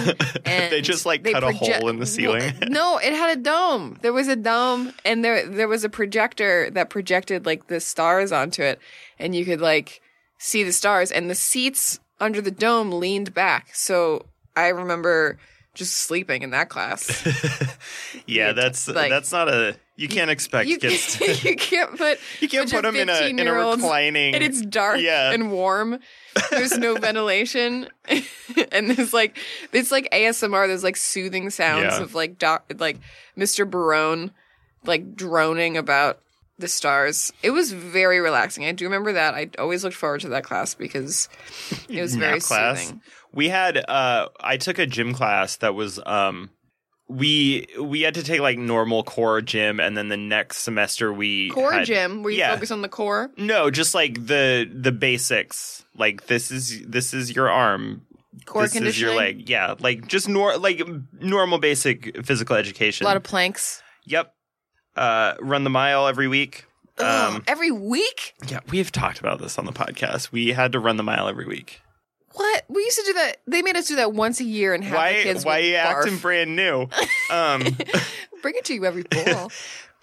B: And
C: They just, like, cut a hole in the ceiling.
B: Well, no, it had a dome. There was a dome, and there there was a projector that projected like the stars onto it, and you could like see the stars and the seats under the dome leaned back so i remember just sleeping in that class
C: yeah, that's
B: like-
C: that's not a. You can't expect
B: you,
C: kids.
B: can, you can't put
C: you can't
B: bunch
C: put
B: of
C: them in a in a
B: 15-year-olds
C: reclining.
B: and it's dark
C: Yeah.
B: and warm there's no ventilation and there's like it's like asmr there's like soothing sounds
C: Yeah.
B: of like doc, like mr barone like droning about the stars it was very relaxing i do remember that i always looked forward to that class because it was
C: Nap
B: very
C: class.
B: soothing
C: We had uh I took a gym class that was um we we had to take like normal core gym and then the next semester we
B: core
C: had-
B: gym where you
C: yeah.
B: focus on the core
C: No, just like the the basics. Like this is this is your arm.
B: core
C: this
B: conditioning
C: is your leg. Yeah, like just nor like normal basic physical
B: a
C: education.
B: lot of planks
C: yep. Uh run the mile every week.
B: Ugh,
C: Um
B: every week
C: yeah, we've talked about this on the podcast. We had to run the mile every week.
B: what we used to do that they made us do that once a year and have the
C: Why
B: kids
C: why
B: with
C: you
B: barf.
C: acting brand new? Um
B: bring it to you every fall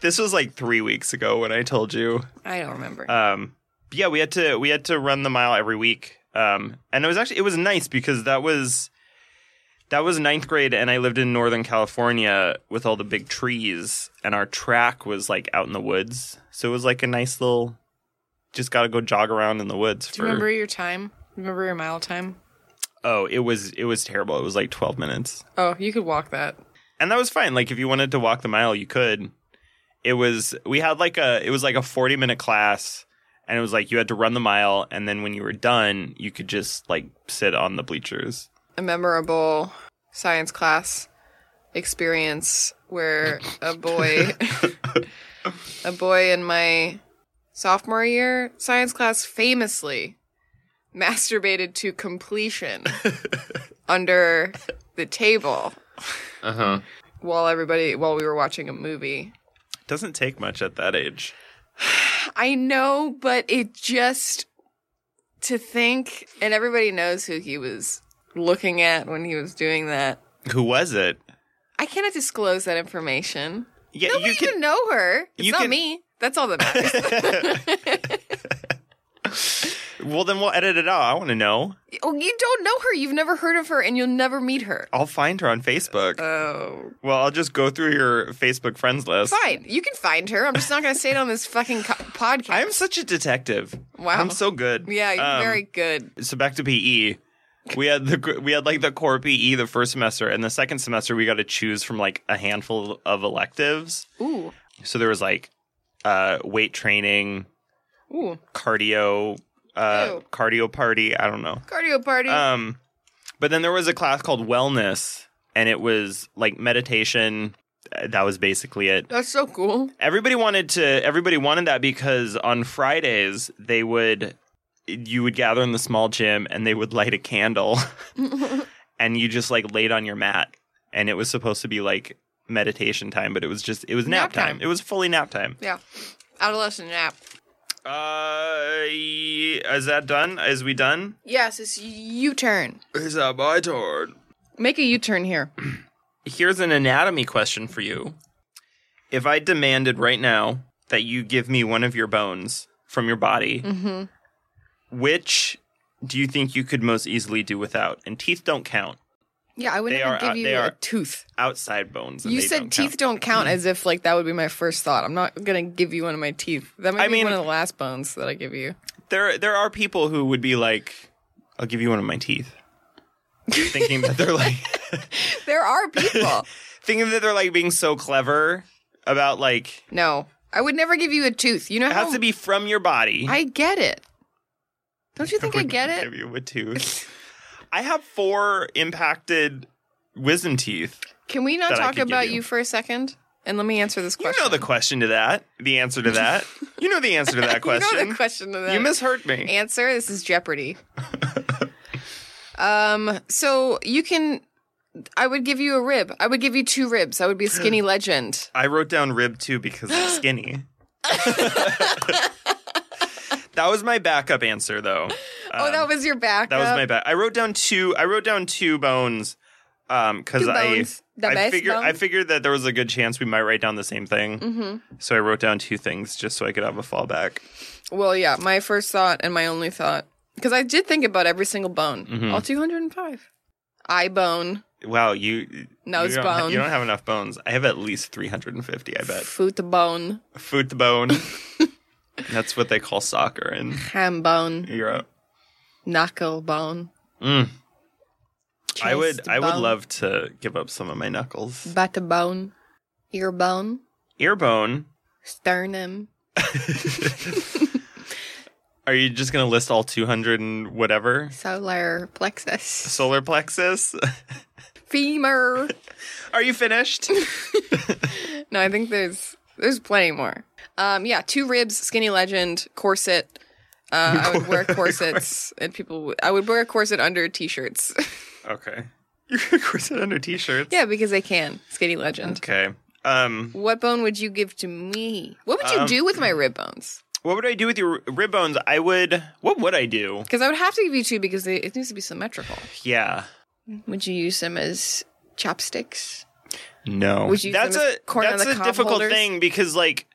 C: This was like three weeks ago when I told you.
B: i don't remember
C: Um, but yeah, we had to we had to run the mile every week, um, and it was actually it was nice because that was that was ninth grade, and I lived in Northern California with all the big trees, and our track was like out in the woods, so it was like a nice little. Just got to go jog around in the woods.
B: do you remember your time remember your mile time
C: Oh, it was it was terrible. It was like twelve minutes.
B: oh you could walk that
C: and that was fine like if you wanted to walk the mile you could it was we had like a it was like a 40 minute class and it was like you had to run the mile and then when you were done you could just like sit on the bleachers
B: a memorable science class experience where a boy a boy in my sophomore year science class famously masturbated to completion under the table
C: uh-huh
B: while everybody while we were watching a movie.
C: Doesn't take much at that age.
B: I know, but it just to think and everybody knows who he was looking at when he was doing that.
C: Who was it?
B: I cannot disclose that information.
C: Yeah,
B: Nobody
C: you can.
B: even know her. It's
C: you
B: not
C: can-
B: me. That's all that matters.
C: Well, then we'll edit it out. I want to know.
B: oh, you don't know her. You've never heard of her, and you'll never meet her.
C: I'll find her on Facebook.
B: Oh,
C: well, I'll just go through your Facebook friends list.
B: fine. You can find her. I'm just not going to say it on this fucking co- podcast.
C: I'm such a detective.
B: Wow.
C: I'm so good.
B: yeah, you're
C: Um,
B: very good.
C: so back to PE. We had the we had like the core PE the first semester, and the second semester we got to choose from like a handful of electives.
B: Ooh,
C: So there was like uh, weight training,
B: ooh,
C: cardio, uh,
B: Ew.
C: cardio party. I don't know.
B: cardio party.
C: Um, but then there was a class called wellness, and it was like meditation. Uh, That was basically it.
B: That's so cool.
C: Everybody wanted to. Everybody wanted that because on Fridays they would, you would gather in the small gym and they would light a candle, and you just like laid on your mat, and it was supposed to be like meditation time, but it was just it was nap,
B: Nap time.
C: time. It was fully nap time.
B: Yeah, adolescent nap.
C: Uh, is that done? Is we done?
B: Yes, it's U-turn.
C: Is that my turn?
B: Make a U-turn here.
C: Here's an anatomy question for you. If I demanded right now that you give me one of your bones from your body,
B: Mm-hmm.
C: which do you think you could most easily do without? And teeth don't count.
B: Yeah, I wouldn't
C: They
B: even
C: are-
B: give
C: uh,
B: you
C: they
B: a
C: are-
B: tooth.
C: Outside bones. And
B: You
C: they
B: said
C: don't
B: teeth
C: count.
B: don't count as if like that would be my first thought. I'm not gonna give you one of my teeth. That might
C: I
B: be
C: mean-
B: one of the last bones that I give you.
C: There, there are people who would be like, "I'll give you one of my teeth," thinking that they're like,
B: There are people.
C: thinking that they're like being so clever about like
B: no, I would never give you a tooth. You know
C: it
B: how
C: has to be from your body.
B: Oh. I get it. Don't you think I
C: would
B: get
C: not
B: it?
C: Give you a tooth. I have four impacted wisdom teeth.
B: Can we not
C: that I
B: talk
C: could give
B: about
C: you.
B: you. for a second? And let me answer this
C: You
B: question.
C: know the question to that. The answer to that. you know the answer to that question.
B: You know the question to that.
C: You misheard me.
B: answer. This is Jeopardy. um, so you can. I would give you a rib. I would give you two ribs. I would be a skinny legend.
C: I wrote down rib too because I'm skinny. that was my backup answer though.
B: oh, that was your back.
C: Um, That was my back. I wrote down two. I wrote down two bones. Um, because
B: Two
C: I
B: bones. The
C: I
B: best
C: figured I
B: bone.
C: figured that there was a good chance we might write down the same thing.
B: Mm-hmm.
C: So I wrote down two things just so I could have a fallback.
B: Well, yeah, my first thought and my only thought, because I did think about every single bone,
C: Mhm.
B: all 205. Eye bone,
C: Wow, you
B: Nose
C: you don't ha-
B: bone.
C: you don't have enough bones. I have at least 350, I bet.
B: foot bone,
C: Foot bone. That's what they call soccer in
B: ham bone,
C: Europe.
B: knuckle bone.
C: Mm. I would
B: chest
C: I would
B: bone,
C: love to give up some of my knuckles.
B: butt bone, ear bone,
C: Ear bone.
B: sternum.
C: Are you just going to list all 200 and whatever?
B: solar plexus,
C: Solar plexus?
B: femur.
C: Are you finished?
B: no, I think there's there's plenty more. Um, yeah, two ribs, skinny legend, corset. Uh, I would wear corsets, and people. Would, I would wear a corset under t-shirts.
C: okay. You're corset under t-shirts.
B: yeah, because I can. Skinny legend.
C: Okay. Um
B: What bone would you give to me? What would you
C: Um,
B: do with my rib bones?
C: what would I do with your rib bones? I would what would I do?
B: Because I would have to give you two because they, it needs to be symmetrical.
C: Yeah.
B: Would you use them as chopsticks?
C: No.
B: Would you use
C: that's
B: them as
C: a
B: corn on
C: that's
B: the
C: a
B: cob
C: difficult
B: holders?
C: thing because like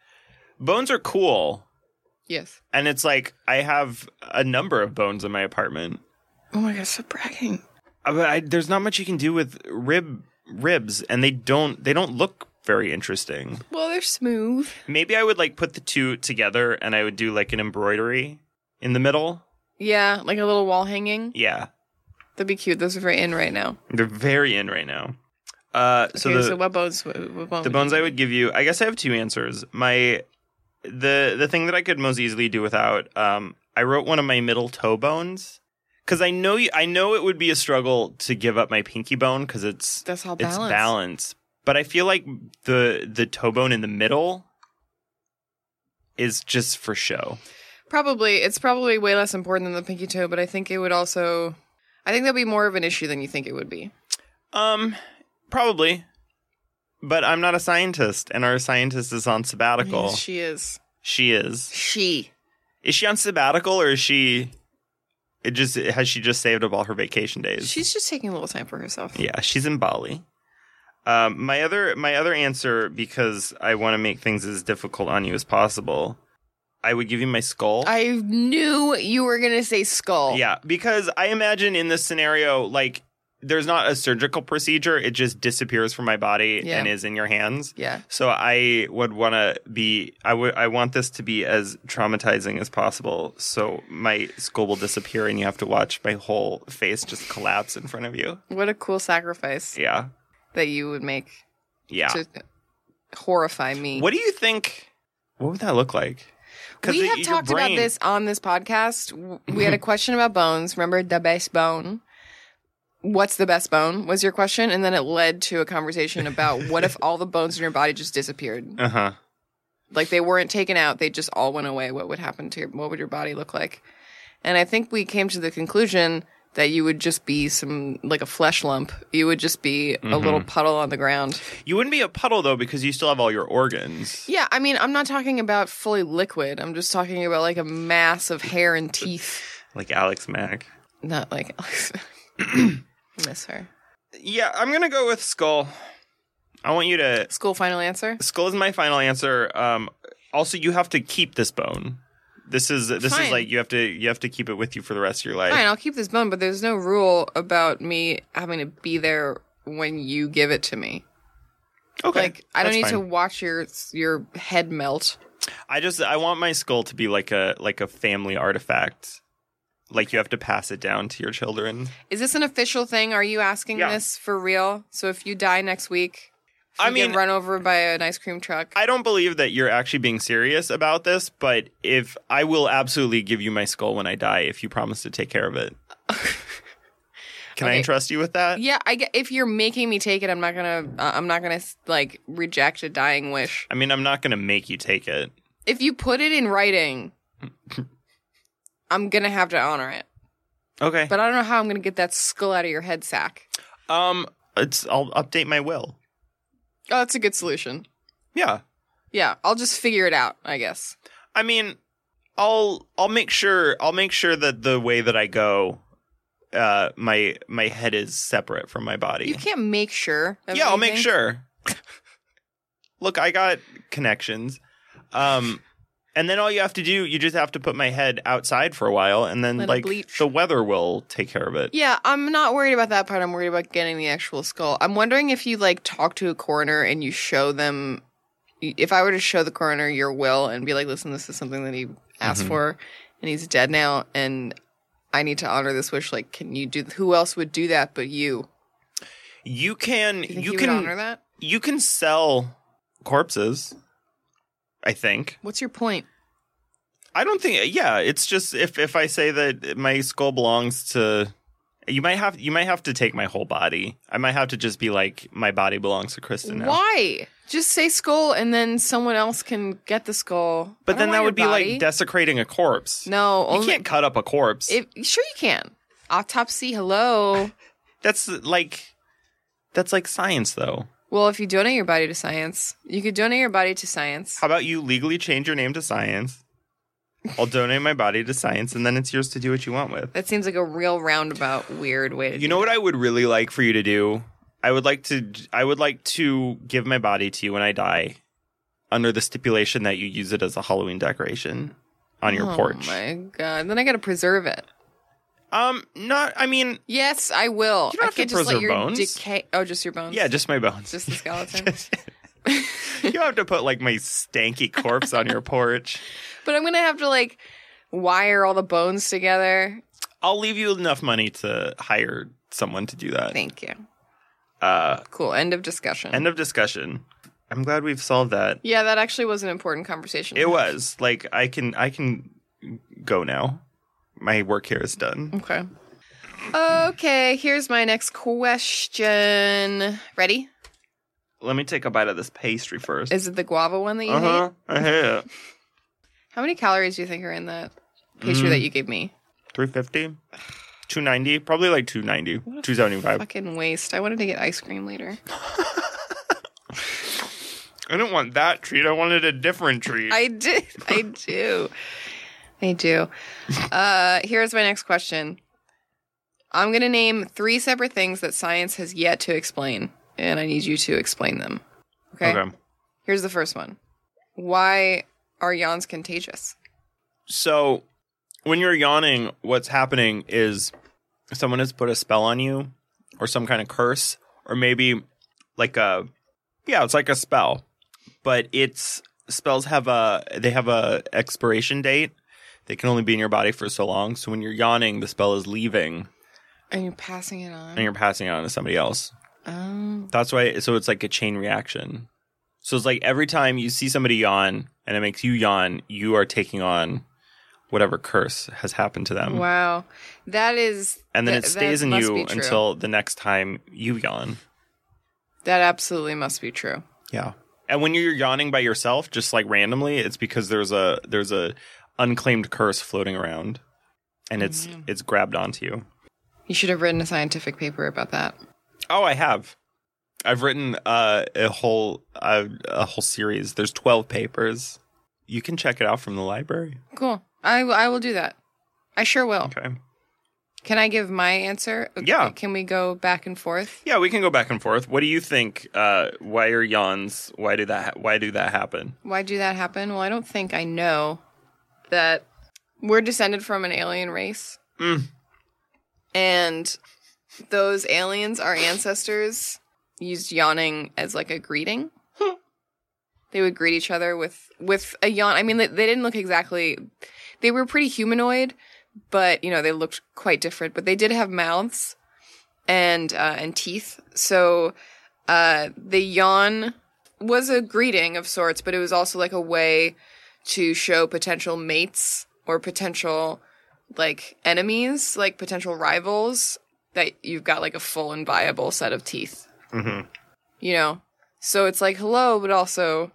C: bones are cool,
B: Yes.
C: and it's like I have a number of bones in my apartment.
B: Oh my god, so bragging.
C: Uh, But I, there's not much you can do with rib ribs, and they don't they don't look very interesting.
B: Well, they're smooth.
C: Maybe I would like put the two together, and I would do like an embroidery in the middle.
B: Yeah, like a little wall hanging.
C: Yeah,
B: That'd be cute. Those are very in right now.
C: they're very in right now. Uh, so
B: So, okay,
C: the,
B: so what bones? What, what bone
C: the bones I would give you, I guess I have two answers. My the the thing that I could most easily do without, um, I wrote one of my middle toe bones because I know you, I know it would be a struggle to give up my pinky bone because it's
B: That's all
C: it's
B: balance.
C: balance, but I feel like the the toe bone in the middle is just for show.
B: Probably it's probably way less important than the pinky toe, but I think it would also. I think that'd be more of an issue than you think it would be.
C: Um, probably. But I'm not a scientist, and our scientist is on sabbatical.
B: Yes, She is.
C: she is.
B: She.
C: Is she on sabbatical, or is she? It just has she just saved up all her vacation days?
B: She's just taking a little time for herself.
C: Yeah, she's in Bali. Um, my other my other answer, because I want to make things as difficult on you as possible, I would give you my skull.
B: I knew you were gonna say skull.
C: yeah, because I imagine in this scenario, like there's not a surgical procedure; it just disappears from my body
B: Yeah.
C: and is in your hands.
B: Yeah.
C: So I would want to be I would I want this to be as traumatizing as possible. So my skull will disappear, and you have to watch my whole face just collapse in front of you.
B: What a cool sacrifice
C: Yeah,
B: that you would make
C: yeah.
B: to horrify me.
C: What do you think? What would that look like? 'Cause
B: we
C: it-
B: have
C: your
B: talked
C: brain-
B: about this on this podcast. W- We had a question about bones. Remember the best bone? What's the best bone? Was your question, and then it led to a conversation about what if all the bones in your body just disappeared,
C: Uh huh.
B: like they weren't taken out, they just all went away. What would happen to your? What would your body look like? And I think we came to the conclusion that you would just be some like a flesh lump. You would just be a
C: Mm-hmm.
B: little puddle on the ground.
C: You wouldn't be a puddle though because you still have all your organs.
B: Yeah, I mean, I'm not talking about fully liquid. I'm just talking about like a mass of hair and teeth.
C: Like Alex Mack.
B: not like Alex. miss her.
C: Yeah, I'm gonna go with skull. I want you to
B: School final answer.
C: skull is my final answer. Um, also, you have to keep this bone. This is this
B: Fine.
C: is like you have to you have to keep it with you for the rest of your life.
B: Fine, I'll keep this bone, but there's no rule about me having to be there when you give it to me.
C: Okay,
B: Like I don't
C: that's
B: need to
C: fine.
B: watch your your head melt.
C: I just I want my skull to be like a like a family artifact. Like you have to pass it down to your children.
B: Is this an official thing? Are you asking
C: Yeah.
B: this for real? So if you die next week, if
C: I
B: you get
C: mean-
B: run over by an ice cream truck.
C: I don't believe that you're actually being serious about this, but if I will absolutely give you my skull when I die if you promise to take care of it. Can I
B: Okay.
C: entrust you with that?
B: yeah, I get, if you're making me take it, I'm not gonna. Uh, I'm not gonna like reject a dying wish.
C: I mean, I'm not going to make you take it.
B: If you put it in writing, I'm gonna have to honor it.
C: Okay.
B: But I don't know how I'm going to get that skull out of your head sack.
C: um it's I'll update my will.
B: Oh, that's a good solution.
C: Yeah.
B: Yeah, I'll just figure it out, I guess.
C: I mean, I'll I'll make sure I'll make sure that the way that I go uh my my head is separate from my body.
B: You can't make sure. of
C: yeah, I'll make
B: anything.
C: sure. Look, I got connections. Um and then all you have to do, you just have to put my head outside for a while and then
B: Let it
C: like
B: bleach.
C: the weather will take care of it.
B: Yeah, I'm not worried about that part. I'm worried about getting the actual skull. I'm wondering if you like talk to a coroner and you show them. If I were to show the coroner your will and be like, listen, this is something that he asked for and he's dead now and I need to honor this wish, like, can you do who else would do that but you?
C: You can
B: Do you think
C: you
B: he
C: can
B: would honor that?
C: you can sell corpses. I think.
B: What's your point?
C: I don't think yeah, it's just if if I say that my skull belongs to you might have you might have to take my whole body. I might have to just be like my body belongs to Kristen now.
B: Why? Just say skull, and then someone else can get the skull.
C: But
B: I
C: then
B: don't
C: that
B: want
C: would be
B: your
C: like
B: body.
C: desecrating a corpse.
B: no,
C: You
B: only
C: can't cut up a corpse.
B: if- sure you can. Autopsy, hello.
C: that's like that's like science though.
B: well, if you donate your body to science, you could donate your body to science.
C: How about you legally change your name to science? I'll donate my body to science and then it's yours to do what you want with.
B: That seems like a real roundabout, weird way to.
C: You
B: do
C: know what I would really like for you to do? I would like to I would like to give my body to you when I die under the stipulation that you use it as a Halloween decoration on your
B: oh
C: porch.
B: my god! Then I gotta preserve it.
C: Um not I mean
B: Yes, I will.
C: You don't
B: I
C: have to
B: can't just
C: preserve
B: let your
C: bones.
B: decay. Oh, just your bones.
C: yeah, just my bones.
B: just the skeleton.
C: you don't have to put like my stanky corpse on your porch.
B: but I'm gonna have to like wire all the bones together.
C: I'll leave you enough money to hire someone to do that.
B: Thank you.
C: Uh,
B: Cool. End of discussion.
C: end of discussion. I'm glad we've solved that.
B: Yeah, that actually was an important conversation.
C: It was like I can I can go now. My work here is done.
B: Okay. Okay, here's my next question. Ready?
C: Let me take a bite of this pastry first.
B: Is it the guava one that you
C: Uh
B: hate?
C: huh. I hate it.
B: How many calories do you think are in that pastry that you gave me?
C: 350, 290, probably like 290, 275.
B: Fucking waste. I wanted to get ice cream later.
C: I don't want that treat. I wanted a different treat.
B: I did. I do. I do. Uh, here's my next question. I'm going to name three separate things that science has yet to explain, and I need you to explain them. Okay. Here's the first one Why are yawns contagious?
C: So, when you're yawning, what's happening is someone has put a spell on you, or some kind of curse, or maybe like a yeah, it's like a spell, but it's spells have a they have a expiration date. They can only be in your body for so long. So when you're yawning, the spell is leaving,
B: And you're passing it on.
C: and you're Um, passing it on to somebody else.
B: Oh.
C: That's why. So it's like a chain reaction. So it's like every time you see somebody yawn and it makes you yawn, you are taking on whatever curse has happened to them.
B: Wow. That is.
C: And then
B: that-
C: it stays
B: that
C: in
B: must
C: you
B: be true.
C: until the next time you yawn.
B: That absolutely must be true.
C: Yeah. And when you're yawning by yourself, just like randomly, it's because there's a there's a unclaimed curse floating around, and it's
B: Mm-hmm.
C: it's grabbed onto you.
B: You should have written a scientific paper about that.
C: Oh, I have. I've written uh, a whole uh, a whole series. There's twelve papers. You can check it out from the library.
B: Cool. I, w- I will do that. I sure will.
C: Okay.
B: Can I give my answer?
C: Yeah.
B: Can we go back and forth?
C: Yeah, we can go back and forth. What do you think? Uh, why are yawns? Why do that? Why do that happen?
B: Why do that happen? Well, I don't think I know that we're descended from an alien race.
C: Mm.
B: And those aliens, our ancestors, used yawning as like a greeting. they would greet each other with with a yawn. I mean, they, they didn't look exactly. They were pretty humanoid, but you know they looked quite different. But they did have mouths and uh, and teeth. So uh, the yawn was a greeting of sorts, but it was also like a way to show potential mates or potential like enemies, like potential rivals, that you've got like a full and viable set of teeth.
C: Mhm.
B: You know? So it's like hello, but also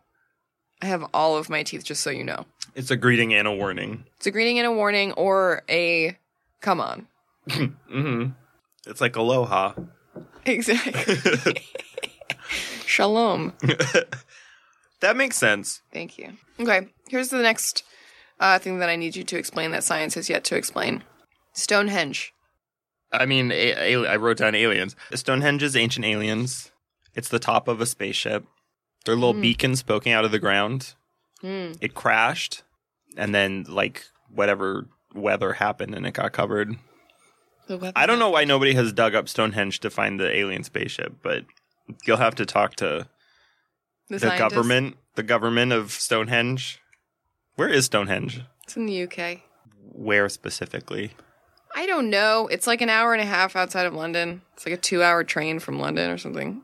B: I have all of my teeth, just so you know.
C: It's a greeting and a warning.
B: It's a greeting and a warning or a come on.
C: Mm-hmm. It's like aloha.
B: Exactly. Shalom.
C: That makes sense.
B: Thank you. Okay, here's the next uh, thing that I need you to explain that science has yet to explain Stonehenge.
C: I mean, a- al- I wrote down aliens. Stonehenge is ancient aliens. It's the top of a spaceship. Their little beacons poking out of the ground.
B: Hmm.
C: It crashed, and then like whatever weather happened, and it got covered.
B: The weather.
C: I don't know why nobody has dug up Stonehenge to find the alien spaceship, but you'll have to talk to
B: The,
C: the,
B: scientists-
C: government, the government of Stonehenge. Where is Stonehenge?
B: It's in the UK.
C: Where specifically?
B: I don't know. It's like an hour and a half outside of London. It's like a two hour train from London or something.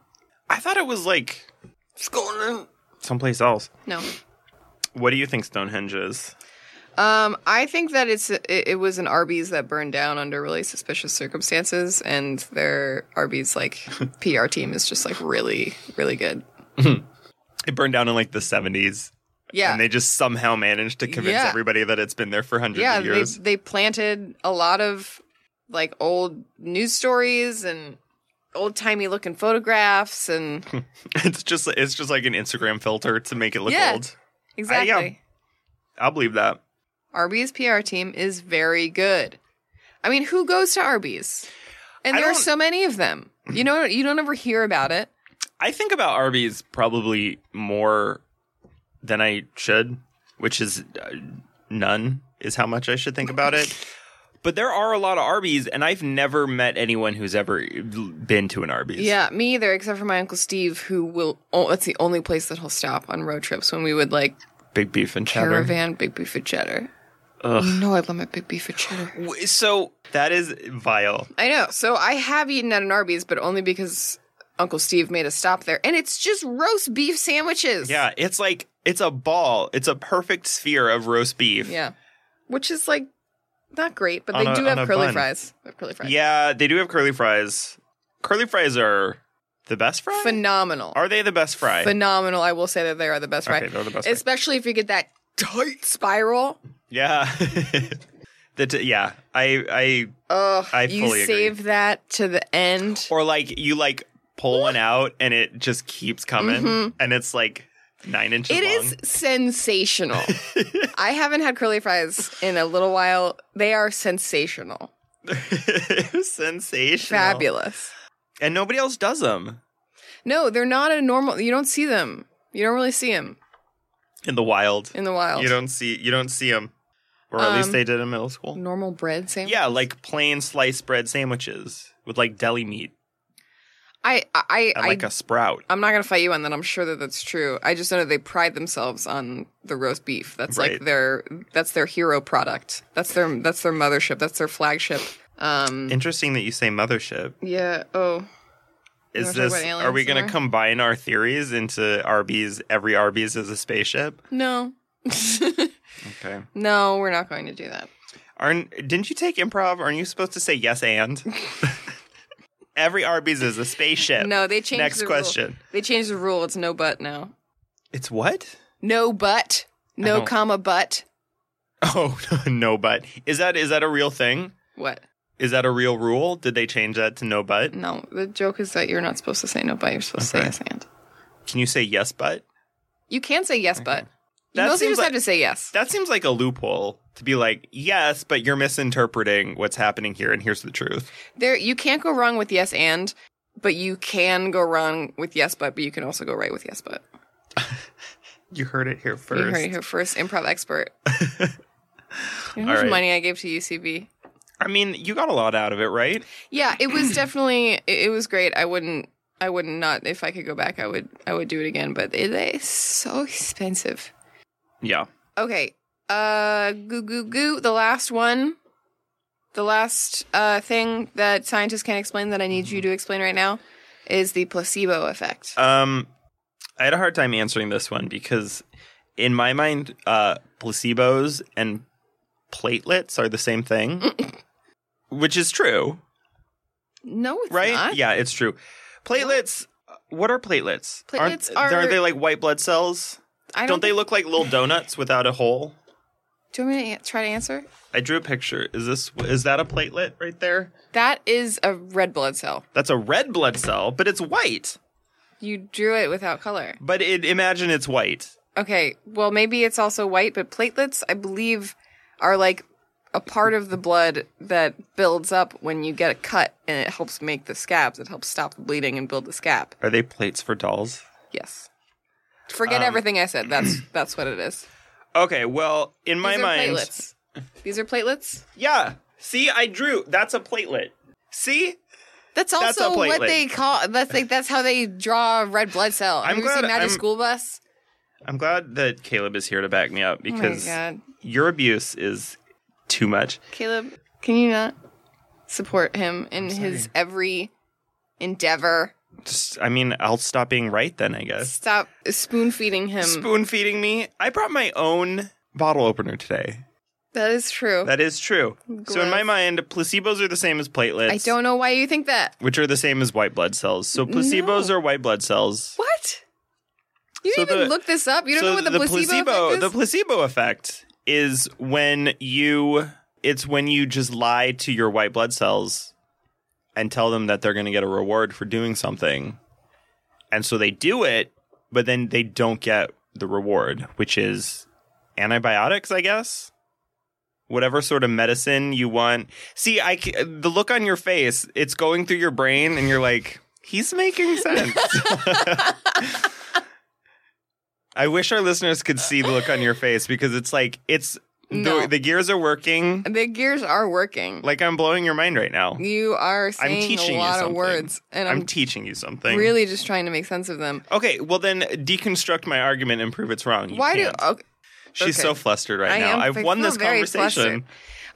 C: I thought it was like Scotland, someplace else.
B: No.
C: What do you think Stonehenge is?
B: Um, I think that it's it, it was an Arby's that burned down under really suspicious circumstances, and their Arby's like PR team is just like really, really good.
C: It burned down in like the seventies,
B: Yeah,
C: and they just somehow managed to convince
B: Yeah.
C: everybody that it's been there for hundreds
B: yeah,
C: of years.
B: they they planted a lot of like old news stories and old timey looking photographs and
C: it's just it's just like an Instagram filter to make it look
B: Yeah.
C: old.
B: exactly.
C: I'll believe that.
B: Arby's PR team is very good. I mean, who goes to Arby's? And
C: I
B: there are
C: don't-
B: so many of them. You know, you don't ever hear about it.
C: I think about Arby's probably more than I should, which is uh, none is how much I should think about it. But there are a lot of Arby's, and I've never met anyone who's ever been to an Arby's.
B: Yeah, me either, except for my uncle Steve, who will. Oh, that's the only place that he'll stop on road trips when we would like
C: big beef and cheddar.
B: caravan big beef and cheddar. You know, I love my big beef and cheddar.
C: W- So that is vile.
B: I know. So I have eaten at an Arby's, but only because Uncle Steve made a stop there, and it's just roast beef sandwiches.
C: Yeah, it's like it's a ball. It's a perfect sphere of roast beef.
B: yeah, which is like not great, but
C: On
B: they
C: a-
B: do have
C: on a
B: curly
C: bun.
B: fries. They have curly fries.
C: Yeah, they do have curly fries. Curly fries are the best fry.
B: phenomenal.
C: are they the best fry?
B: Phenomenal. I will say that they are the best fry.
C: Okay, they're the best fry.
B: Especially if you get that tight spiral.
C: Yeah. the t- yeah, I I
B: Ugh,
C: I
B: you
C: fully agree.
B: save that to the end.
C: or like you like pull one out and it just keeps coming and it's like Nine inches
B: Mm-hmm. It
C: long.
B: is sensational. I haven't had curly fries in a little while. They are sensational.
C: It was sensational.
B: Fabulous.
C: And nobody else does them
B: No, they're not a normal. You don't see them. You don't really see them
C: in the wild.
B: in the wild.
C: You don't see you don't see them, or at least
B: Um,
C: they did in middle school.
B: normal bread sandwich.
C: Yeah, like plain sliced bread sandwiches with like deli meat
B: I, I,
C: and
B: I,
C: like a sprout.
B: I'm not gonna fight you on that. I'm sure that that's true. I just know that they pride themselves on the roast beef. That's
C: Right.
B: like their that's their hero product. That's their that's their mothership. That's their flagship. Um.
C: Interesting that you say mothership.
B: Yeah. Oh.
C: Is
B: wanna talk
C: this
B: about
C: are we
B: aliens
C: going to
B: somewhere?
C: combine our theories into Arby's? Every Arby's is a spaceship.
B: No.
C: Okay.
B: no, we're not going to do that.
C: Aren't didn't you take improv? Aren't you supposed to say yes and? every Arby's is a spaceship.
B: No, they changed.
C: Uh, Next
B: the rule.
C: question.
B: They changed the rule. It's no but now.
C: It's what?
B: No but. No
C: don't-
B: comma but.
C: Oh no, but is that is that a real thing?
B: What?
C: Is that a real rule? Did they change that to no but?
B: No, the joke is that you're not supposed to say no but. You're supposed
C: Okay.
B: to say yes and.
C: Can you say yes but?
B: You can say yes but. You
C: That
B: mostly
C: seems
B: just
C: like-
B: have to say yes.
C: That seems like a loophole to be like, yes, but you're misinterpreting what's happening here, and here's the truth.
B: There, you can't go wrong with yes and, but you can go wrong with yes but, but you can also go right with yes but.
C: You heard it here
B: You
C: first.
B: heard it here first, improv expert. you know how
C: All
B: much
C: right.
B: money I gave to UCB?
C: I mean, you got a lot out of it, right?
B: Yeah, it was definitely it, it was great. I wouldn't, I wouldn't not if I could go back, I would, I would do it again. But it is so expensive.
C: Yeah.
B: Okay, uh, goo goo goo. The last one, the last uh thing that scientists can't explain that I need
C: Mm-hmm.
B: you to explain right now is the placebo effect.
C: Um, I had a hard time answering this one because, in my mind, uh, placebos and platelets are the same thing, which is true,
B: no, it's
C: right?
B: not.
C: Yeah, it's true. Platelets. What are platelets? Aren't-
B: Platelets are-
C: Aren't they like white blood cells?
B: I
C: Don't they
B: think-
C: look like little donuts without a hole?
B: Do you want me to an- try to answer?
C: I drew a picture. Is this is that a platelet right there?
B: That is a red blood cell.
C: That's a red blood cell, but it's white.
B: You drew it without color.
C: But it, imagine it's white.
B: Okay, well maybe it's also white, but platelets, I believe, are like a part of the blood that builds up when you get a cut, and it helps make the scabs. It helps stop the bleeding and build the scab.
C: Are they plates for dolls?
B: Yes.
C: Um,
B: Forget everything I said. That's that's what it is.
C: Okay, well, in my
B: These are
C: mind,
B: platelets. These are platelets.
C: yeah. See, I drew. That's a platelet. See,
B: That's
C: That's a
B: also what
C: platelet.
B: they call. That's like that's how they draw a red blood cell. Have
C: I'm
B: you ever
C: glad
B: seen Magic
C: I'm-
B: School Bus?
C: I'm glad that Caleb is here to back me up
B: Oh my
C: because
B: God.
C: your abuse is too much.
B: Caleb, can you not support him in his every endeavor?
C: Just, I mean, I'll stop being right then, I guess.
B: Stop spoon feeding him.
C: Spoon feeding me. I brought my own bottle opener today.
B: that is true.
C: That is true. So in my
B: Gross.
C: mind, placebos are the same as platelets.
B: I don't know why you think that.
C: which are the same as white blood cells. So placebos
B: No.
C: are white blood cells.
B: What? You
C: So
B: didn't even
C: the-
B: look this up. You don't
C: so
B: know what the, placebo, effect
C: the
B: is?
C: placebo effect is when you it's when you just lie to your white blood cells and tell them that they're going to get a reward for doing something. And so they do it, but then they don't get the reward, which is antibiotics, I guess. Whatever sort of medicine you want. See, I c- the look on your face, it's going through your brain and you're like, he's making sense. I wish our listeners could see the look on your face because it's like it's
B: No.
C: the, the gears are working.
B: the gears are working.
C: Like I'm blowing your mind right now.
B: you are
C: I'm
B: saying
C: teaching
B: a
C: you
B: lot of
C: something.
B: words, and
C: I'm
B: I'm,
C: teaching you something.
B: um, really just trying to make sense of them.
C: Okay, well then deconstruct my argument and prove it's wrong. You
B: why
C: can't.
B: do? Okay,
C: She's
B: okay.
C: so flustered right
B: I
C: now.
B: am-
C: I've
B: I
C: won
B: feel
C: this
B: very
C: conversation.
B: flustered.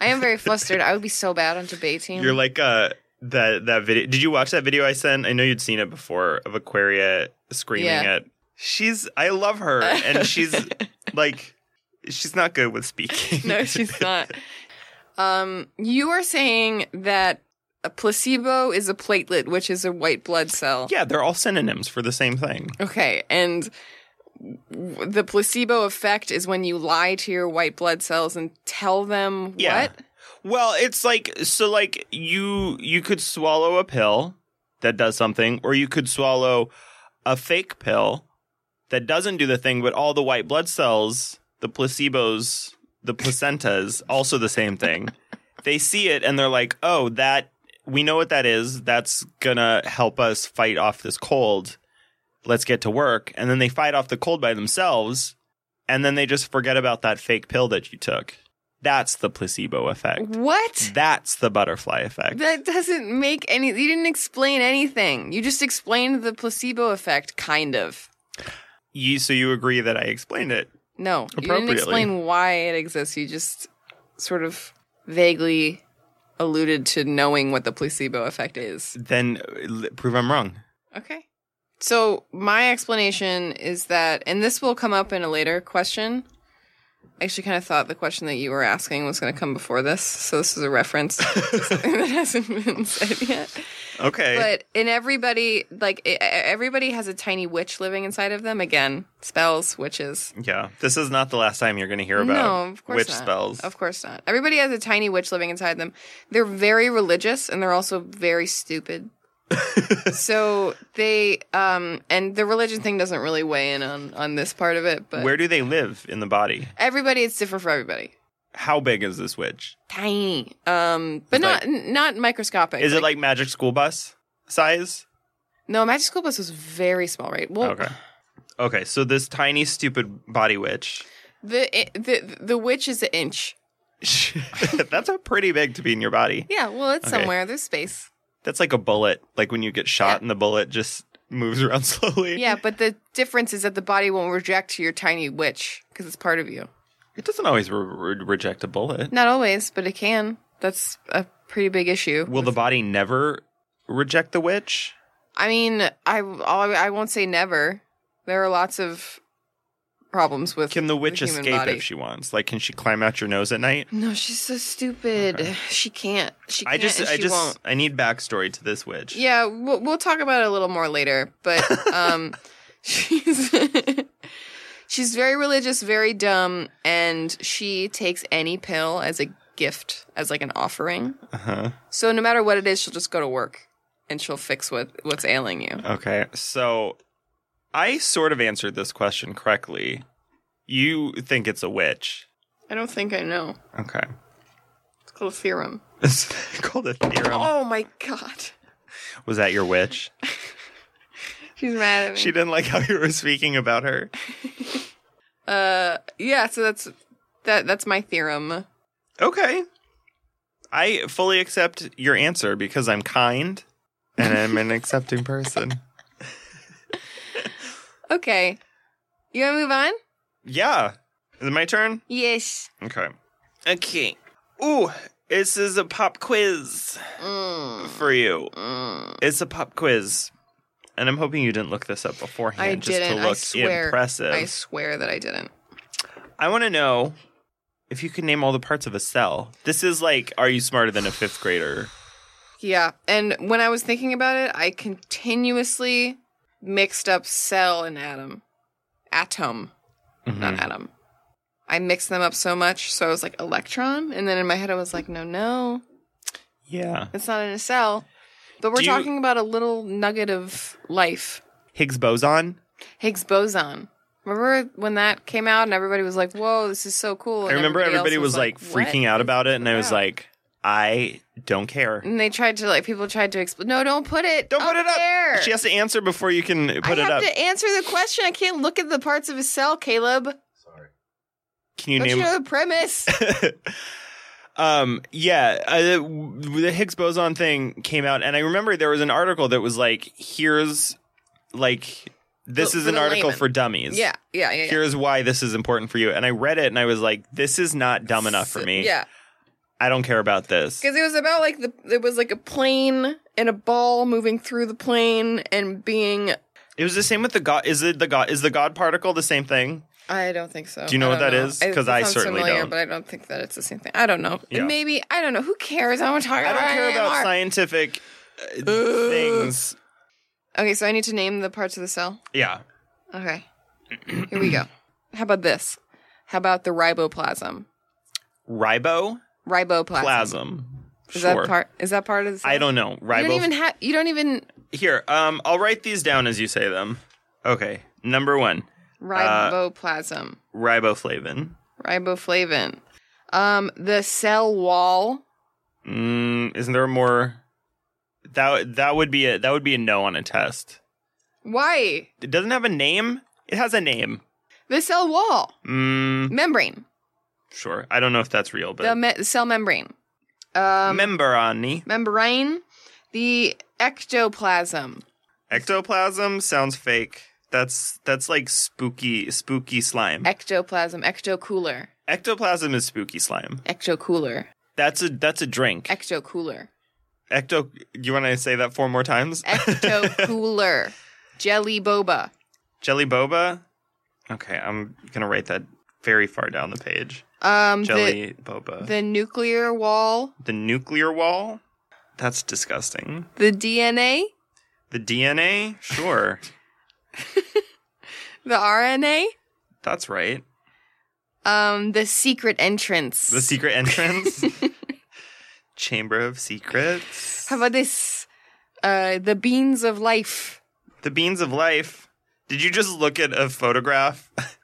B: I am very flustered. I would be so bad on debate team.
C: You're like uh that that video. Did you watch that video I sent? I know you'd seen it before of Aquaria screaming
B: Yeah.
C: at. She's I love her and she's like she's not good with speaking.
B: no, she's not. Um, you are saying that a placebo is a platelet, which is a white blood cell.
C: yeah, they're all synonyms for the same thing.
B: Okay, and w- the placebo effect is when you lie to your white blood cells and tell them
C: Yeah.
B: what?
C: Well, it's like so like you you could swallow a pill that does something or you could swallow a fake pill that doesn't do the thing, but all the white blood cells, the placebos, the placentas, also the same thing. They see it and they're like, "Oh, that we know what that is. That's gonna help us fight off this cold. Let's get to work." And then they fight off the cold by themselves, and then they just forget about that fake pill that you took. That's the placebo effect.
B: What?
C: That's the butterfly effect.
B: That doesn't make any. You didn't explain anything. You just explained the placebo effect, kind of.
C: You so you agree that I explained it.
B: No, you didn't
C: Appropriately.
B: explain why it exists. You just sort of vaguely alluded to knowing what the placebo effect is.
C: Then uh, l- prove I'm wrong.
B: Okay. So my explanation is that, and this will come up in a later question. I actually kind of thought the question that you were asking was going to come before this, so this is a reference to something that hasn't been said yet.
C: Okay.
B: But in everybody, like e- e- everybody has a tiny witch living inside of them. Again, spells, witches.
C: Yeah, this is not the last time you're going to hear about
B: No, of course
C: witch
B: not.
C: spells.
B: Of course not. Everybody has a tiny witch living inside them. They're very religious and they're also very stupid. so they um and the religion thing doesn't really weigh in on on this part of it, but
C: Where do they live in the body?
B: everybody it's different for everybody.
C: How big is this witch?
B: Tiny. Um but
C: It's
B: not
C: like-
B: n- not microscopic.
C: Is it like Magic School Bus size?
B: No, Magic School Bus was very small, right? Well,
C: Okay. Okay, so this tiny stupid body witch.
B: the, i- the the witch is an inch.
C: That's a pretty big to be in your body.
B: Yeah, well, it's
C: Okay.
B: somewhere. There's space.
C: That's like a bullet. Like when you get shot
B: Yeah.
C: and the bullet just moves around slowly.
B: Yeah, but the difference is that the body won't reject your tiny witch because it's part of you.
C: It doesn't always re- re- reject a bullet.
B: Not always, but it can. That's a pretty big issue.
C: Will the body never reject the witch?
B: I mean, I I'll- I won't say never. There are lots of problems with
C: Can the witch
B: human
C: escape
B: body.
C: if she wants? Like, can she climb out your nose at night?
B: No, she's so stupid. She can't. She can't.
C: I just,
B: and
C: I
B: she
C: just,
B: won't.
C: I need backstory to this witch.
B: Yeah, we'll, we'll talk about it a little more later. But um, she's she's very religious, very dumb, and she takes any pill as a gift, as like an offering.
C: Uh-huh.
B: So no matter what it is, she'll just go to work and she'll fix what what's ailing you.
C: Okay. So I sort of answered this question correctly. You think it's a witch.
B: I don't think I know.
C: Okay.
B: It's called a theorem.
C: It's called a theorem.
B: Oh my god,
C: Was that your witch?
B: she's mad at me.
C: She didn't like how you were speaking about her.
B: uh, yeah. So that's that. That's my theorem.
C: Okay. I fully accept your answer because I'm kind and I'm an accepting person.
B: Okay, you want to move on?
C: Yeah. Is it my turn?
B: Yes.
C: Okay. Okay. Ooh, this is a pop quiz
B: Mm,
C: for you.
B: mm.
C: It's a pop quiz. And I'm hoping you didn't look this up beforehand
B: I
C: just
B: didn't.
C: to
B: I
C: look
B: swear.
C: impressive.
B: I swear that I didn't.
C: I want to know if you can name all the parts of a cell. This is like, are you smarter than a fifth grader?
B: Yeah, and when I was thinking about it, I continuously mixed up cell and atom, atom. not
C: Hmm.
B: atom. I mixed them up so much, so I was like electron, and then in my head I was like, no, no,
C: Yeah.
B: it's not in a cell. But we're
C: Do you-
B: talking about a little nugget of life,
C: Higgs boson.
B: Higgs boson. Remember when that came out and everybody was like, "Whoa, this is so cool!"
C: I
B: and
C: remember everybody,
B: else
C: was like
B: "What
C: freaking out
B: is
C: about it,
B: this
C: and I was
B: about?"
C: like, I don't care.
B: and they tried to like people tried to explain. No, don't put it.
C: Don't put it up.
B: There.
C: She has to answer before you can put
B: I
C: it
B: have
C: up.
B: to answer the question. I can't look at the parts of a cell, Caleb.
C: Can you
B: Don't
C: name?
B: you know the premise?
C: Um, yeah, uh, w- the Higgs boson thing came out, and I remember there was an article that was like, "Here's like this
B: For-
C: is
B: for
C: an
B: the
C: article
B: layman.
C: for dummies."
B: yeah, yeah, yeah. yeah.
C: Here's why this is important for you. And I read it and I was like, this is not dumb enough for me.
B: Yeah.
C: I don't care about this.
B: Because it was about like the it was like a plane and a ball moving through the plane and being.
C: It was the same with the God. Is it the God? Is the God particle the same thing?
B: I don't think so.
C: Do you know
B: I
C: what
B: don't
C: that is?
B: I-
C: 'Cause
B: it
C: I
B: sounds
C: certainly
B: familiar,
C: don't.
B: But I don't think that it's the same thing. I don't know.
C: Yeah.
B: Maybe I don't know. Who cares? I don't want to talk
C: I
B: about.
C: don't care
B: it
C: about
B: anymore.
C: scientific uh, things.
B: Okay, so I need to name the parts of the cell.
C: Yeah.
B: Okay, here we go. How about this? How about the riboplasm?
C: Riboplasm.
B: Riboplasm. Is
C: sure.
B: that part? Is that part of the? Cell?
C: I don't know. Ribo.
B: You don't even have. You don't even.
C: Here, um, I'll write these down as you say them. Okay. Number one,
B: Riboplasm.
C: Riboflavin.
B: Riboflavin. Um, the cell wall.
C: Mm, isn't there more? That that would be a that would be a no on a test.
B: Why?
C: It doesn't have a name. It has a name.
B: The cell wall.
C: Mm,
B: Membrane.
C: sure. I don't know if that's real, but
B: The me- cell membrane. Um,
C: membrane.
B: membrane. The ectoplasm.
C: Ectoplasm sounds fake. That's that's like spooky spooky slime.
B: Ectoplasm. Ectocooler.
C: Ectoplasm is spooky slime.
B: Ectocooler.
C: That's a that's a drink.
B: Ectocooler.
C: Ecto. You want to say that four more times?
B: Ectocooler. Jelly boba.
C: Jelly boba. Okay, I'm gonna write that very far down the page.
B: Um, the,
C: Jelly boba.
B: the nuclear wall.
C: the nuclear wall. That's disgusting.
B: The DNA.
C: The DNA. Sure,
B: The RNA.
C: that's right.
B: Um, the secret entrance.
C: The secret entrance. Chamber of Secrets.
B: How about this? Uh, the beans of life.
C: The beans of life. Did you just look at a photograph?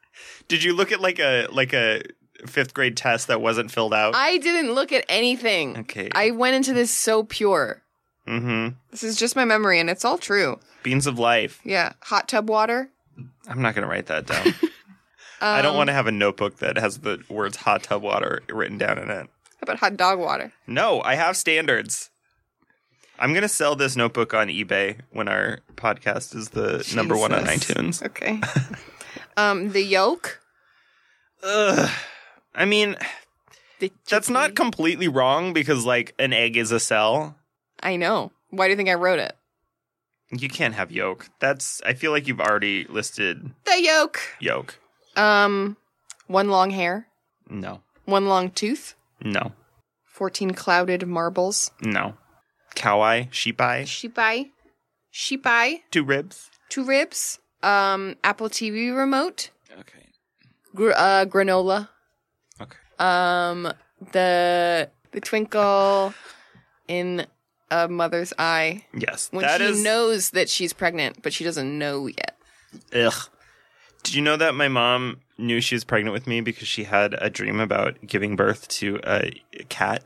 C: Did you look at like a like a fifth grade test that wasn't filled out?
B: I didn't look at anything.
C: okay.
B: I went into this so pure.
C: mm-hmm.
B: This is just my memory, and it's all true.
C: Beans of life.
B: Yeah, hot tub water. Um,
C: I'm not gonna write that down. I don't want to have a notebook that has the words hot tub water written down in it.
B: How about hot dog water?
C: No, I have standards. I'm gonna sell this notebook on eBay when our podcast is the number one on
B: Jesus.
C: iTunes.
B: Okay. um, the yolk.
C: Ugh. I mean,
B: The
C: that's not
B: chickpea.
C: completely wrong because like an egg is a cell.
B: I know. Why do you think I wrote it?
C: You can't have yolk. That's I feel like you've already listed
B: The yolk.
C: yolk.
B: Um, one long hair,
C: No.
B: one long tooth,
C: No.
B: fourteen clouded marbles.
C: No. Cow eye, sheep eye,
B: Sheep eye. Sheep eye.
C: two ribs.
B: two ribs, um, Apple TV remote,
C: Okay.
B: gr- uh, granola,
C: Okay.
B: um, the the twinkle in a mother's eye
C: Yes.
B: when
C: that
B: she
C: is
B: knows that she's pregnant, but she doesn't know yet.
C: ugh. Did you know that my mom knew she was pregnant with me because she had a dream about giving birth to a cat?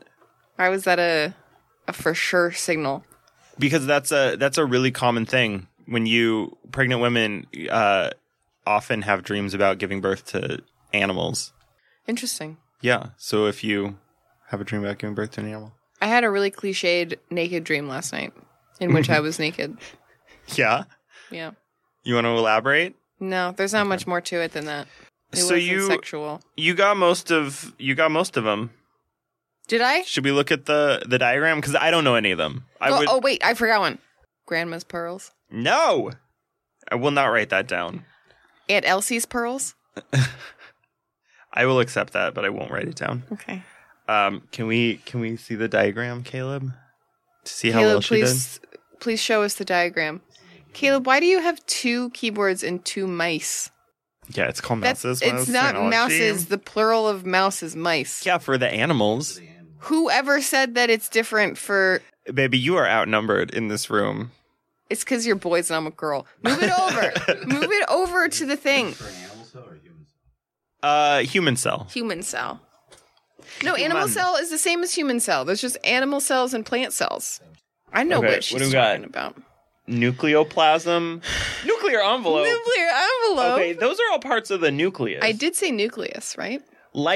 B: Why was that a a for sure signal?
C: because that's a that's a really common thing when you pregnant women uh, often have dreams about giving birth to animals.
B: Interesting.
C: Yeah, so if you have a dream about giving birth to an animal,
B: I had a really cliched naked dream last night in which I was naked.
C: yeah,
B: Yeah.
C: you want to elaborate?
B: No, there's not much more to it than that. It
C: So
B: wasn't
C: you-
B: sexual.
C: You got most of you got most of them.
B: Did I?
C: Should we look at the the diagram? Because I don't know any of them. I
B: oh,
C: would
B: oh, wait, I forgot one. Grandma's pearls.
C: no. I will not write that down.
B: Aunt Elsie's pearls.
C: I will accept that, but I won't write it down.
B: Okay.
C: Um, can we can we see the diagram, Caleb? To see how
B: Caleb,
C: well she did.
B: please, please show us the diagram. Caleb, why do you have two keyboards and two mice?
C: Yeah, it's called
B: That's
C: mouses.
B: it's not
C: Mouse
B: mouses.
C: technology.
B: The plural of mouse is mice.
C: Yeah, for the animals.
B: Whoever said that it's different for
C: Baby, you are outnumbered in this room.
B: it's because you're boys and I'm a girl. Move it over. Move it over to the thing.
D: For an animal cell or a human cell?
C: Uh, human cell.
B: Human cell. No, animal
C: Human.
B: cell is the same as human cell. There's just animal cells and plant cells. I know
C: Okay,
B: what
C: what
B: she's
C: do we got?
B: talking about.
C: Nucleoplasm. Nuclear envelope.
B: Nuclear envelope.
C: Okay, those are all parts of the nucleus.
B: I did say nucleus, right?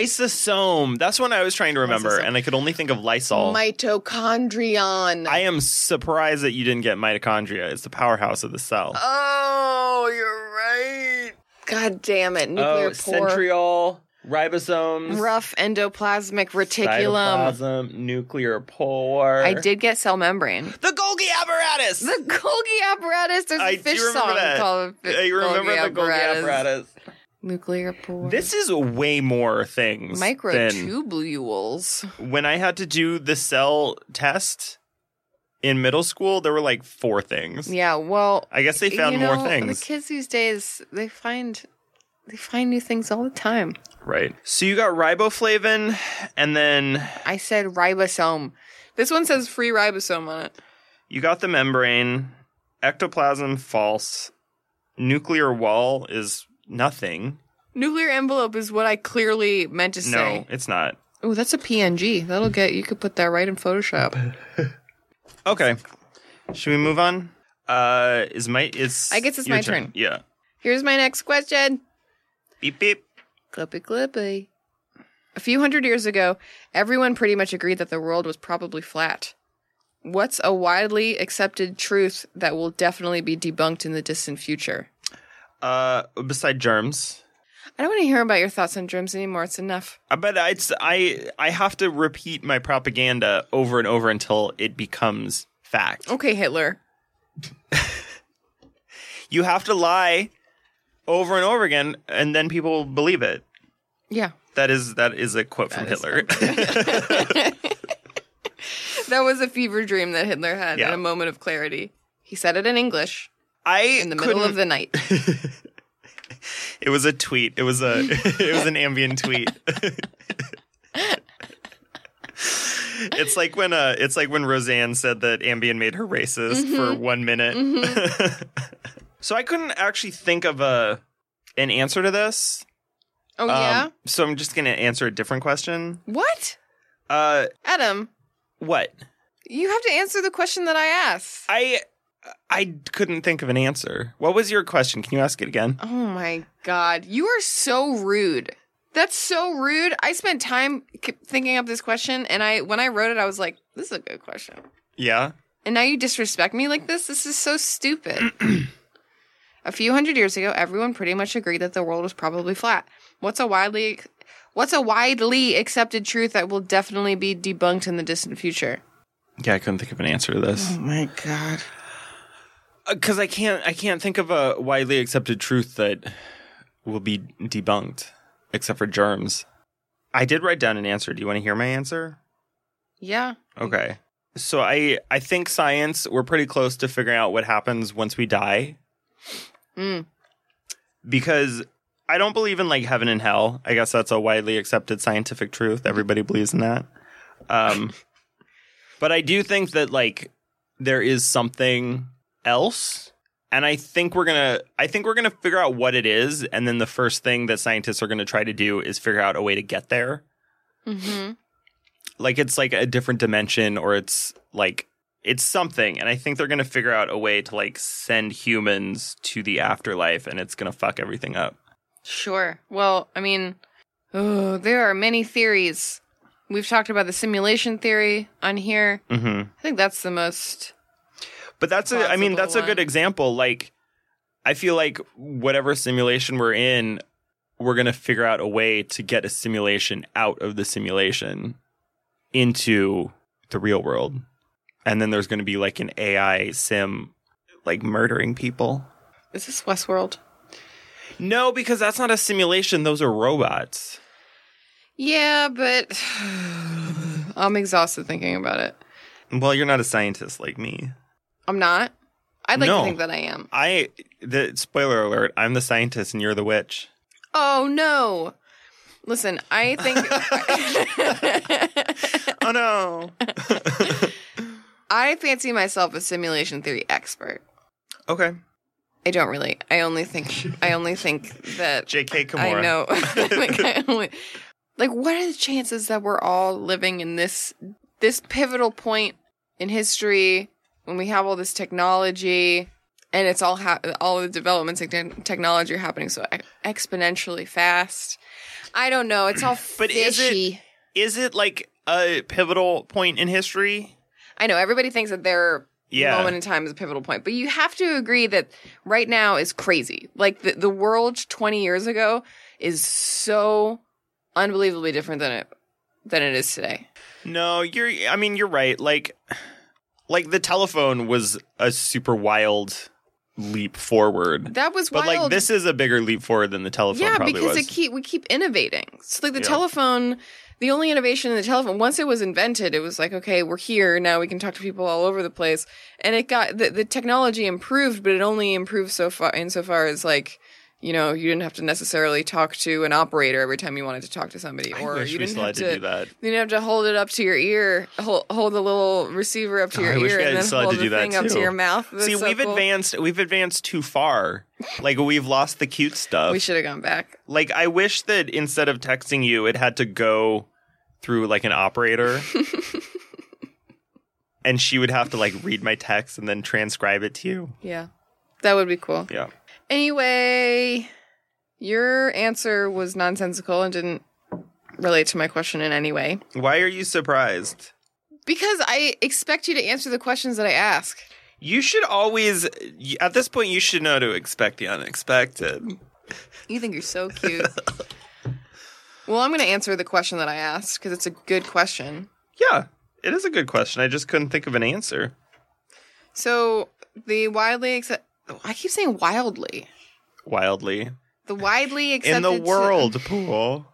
C: Lysosome. That's one I was trying to remember,
B: Lysosome.
C: and I could only think of Lysol.
B: Mitochondrion.
C: Oh. I am surprised that you didn't get mitochondria. It's the powerhouse of the cell.
B: Oh, you're right. God damn it. Nuclear pore.
C: centriole, Oh, ribosomes,
B: Rough endoplasmic reticulum.
C: nuclear pore.
B: I did get cell membrane.
C: The Golgi apparatus.
B: The Golgi apparatus. There's a
C: I do
B: fish
C: remember
B: song
C: that.
B: called the fi-
C: I remember the Golgi apparatus.
B: Nuclear pore.
C: This is way more things. than
B: microtubules.
C: when I had to do the cell test in middle school, there were like four things.
B: Yeah, well,
C: I guess they found
B: you know,
C: more things.
B: The kids these days, they find they find new things all the time.
C: right. So you got riboflavin and then
B: I said ribosome. This one says free ribosome on it.
C: you got the membrane, ectoplasm false, nuclear wall is nothing.
B: Nuclear envelope is what I clearly meant to
C: No,
B: say.
C: it's not.
B: Oh, that's a PNG. That'll get you could put that right in Photoshop.
C: Okay. Should we move on? Uh, is my it's
B: I guess it's
C: your
B: my turn.
C: Yeah.
B: Here's my next question.
C: Beep beep.
B: Clippy clippy. A few hundred years ago, everyone pretty much agreed that the world was probably flat. What's a widely accepted truth that will definitely be debunked in the distant future?
C: Uh, beside germs,
B: I don't want to hear about your thoughts on germs anymore. It's enough.
C: Uh, but I- it's I I have to repeat my propaganda over and over until it becomes fact.
B: Okay, Hitler.
C: You have to lie over and over again, and then people will believe it.
B: Yeah.
C: That is that is a quote from
B: That is
C: Hitler.
B: That was a fever dream that Hitler had
C: Yeah.
B: in a moment of clarity. He said it in English
C: I
B: in the middle of
C: couldn't-
B: the night.
C: It was a tweet. It was a it was an ambient tweet. it's like when uh it's like when Roseanne said that Ambien made her racist
B: Mm-hmm.
C: for 1 minute. so I couldn't actually think of a an answer to this.
B: Oh,
C: Um,
B: yeah?
C: So I'm just going to answer a different question.
B: What?
C: Uh
B: Adam,
C: what?
B: you have to answer the question that I asked.
C: I I couldn't think of an answer. What was your question? Can you ask it again?
B: Oh my god, you are so rude. That's so rude. I spent time k- thinking up this question, and I when I wrote it, I was like, "This is a good question."
C: Yeah.
B: And now you disrespect me like this. This is so stupid. a few hundred years ago, everyone pretty much agreed that the world was probably flat. What's a widely What's a widely accepted truth that will definitely be debunked in the distant future?
C: Yeah, I couldn't think of an answer to this.
B: Oh my god.
C: because Uh, I can't I can't think of a widely accepted truth that will be debunked, except for germs. I did write down an answer. Do you want to hear my answer?
B: Yeah.
C: Okay. So I I think science we're pretty close to figuring out what happens once we die
B: Mm.
C: because I don't believe in like heaven and hell. I guess that's a widely accepted scientific truth. Everybody believes in that. Um, but I do think that like there is something else, and I think we're gonna I think we're gonna figure out what it is, and then the first thing that scientists are gonna try to do is figure out a way to get there.
B: Mm-hmm.
C: Like it's like a different dimension, or it's like it's something, and I think they're gonna figure out a way to like send humans to the afterlife, and it's gonna fuck everything up.
B: Sure. Well, I mean, oh, there are many theories. We've talked about the simulation theory on here.
C: hmm
B: I think that's the most.
C: But that's a, I
B: Plausible
C: mean, that's a good
B: one.
C: example. Like, I feel like whatever simulation we're in, we're going to figure out a way to get a simulation out of the simulation into the real world. And then there's going to be like an AI sim, like murdering people.
B: Is this Westworld?
C: No, because that's not a simulation. Those are robots.
B: Yeah, but I'm exhausted thinking about it.
C: Well, you're not a scientist like me.
B: I'm not. I'd like
C: No.
B: to think that I am.
C: I, the spoiler alert, I'm the scientist and you're the witch.
B: Oh no! Listen, I think
C: Oh no.
B: I fancy myself a simulation theory expert.
C: okay.
B: I don't really. I only think. I only think that
C: JK Kimura.
B: I know. like, I only- like, what are the chances that we're all living in this this pivotal point in history when we have all this technology and it's all ha- all the developments in te- technology are happening so e- exponentially fast? I don't know. It's all
C: But
B: fishy.
C: is it- is it like a pivotal point in history?
B: I know everybody thinks that their
C: Yeah.
B: moment in time is a pivotal point, but you have to agree that right now is crazy. Like the, the world 20 years ago is so unbelievably different than it than it is today.
C: No, you're I mean you're right. Like like the telephone was a super wild leap forward.
B: That was
C: But
B: wild.
C: like this is a bigger leap forward than the telephone
B: yeah,
C: probably
B: because
C: was.
B: it keep we keep innovating. So like the
C: Yeah.
B: telephone, the only innovation in the telephone once it was invented, it was like okay, we're here now. We can talk to people all over the place, and it got the, the technology improved, but it only improved so far insofar as like you know, you didn't have to necessarily talk to an operator every time you wanted to talk to somebody,
C: I
B: or you
C: wish we
B: didn't
C: still
B: have
C: had
B: to,
C: to do that.
B: you didn't have to hold it up to your ear, hold, hold the little receiver up to
C: Oh,
B: your
C: I wish
B: ear,
C: we
B: and
C: had
B: then
C: still had
B: hold
C: to
B: the
C: do that
B: thing up to
C: too.
B: your mouth. That's
C: See,
B: so
C: we've
B: cool.
C: advanced. We've advanced too far. Like we've lost the cute stuff.
B: We should have gone back.
C: like I wish that instead of texting you, it had to go through like an operator, and she would have to like read my text and then transcribe it to you.
B: Yeah, that would be cool.
C: Yeah.
B: Anyway, your answer was nonsensical and didn't relate to my question in any way
C: Why are you surprised?
B: because I expect you to answer the questions that I ask.
C: You should always, at this point, you should know to expect the unexpected.
B: You think you're so cute. well, I'm going to answer the question that I asked because it's a good question.
C: Yeah, it is a good question. I just couldn't think of an answer.
B: So, the widely accept oh, I keep saying wildly.
C: Wildly
B: The widely accepted
C: in the
B: tru-
C: world, pool.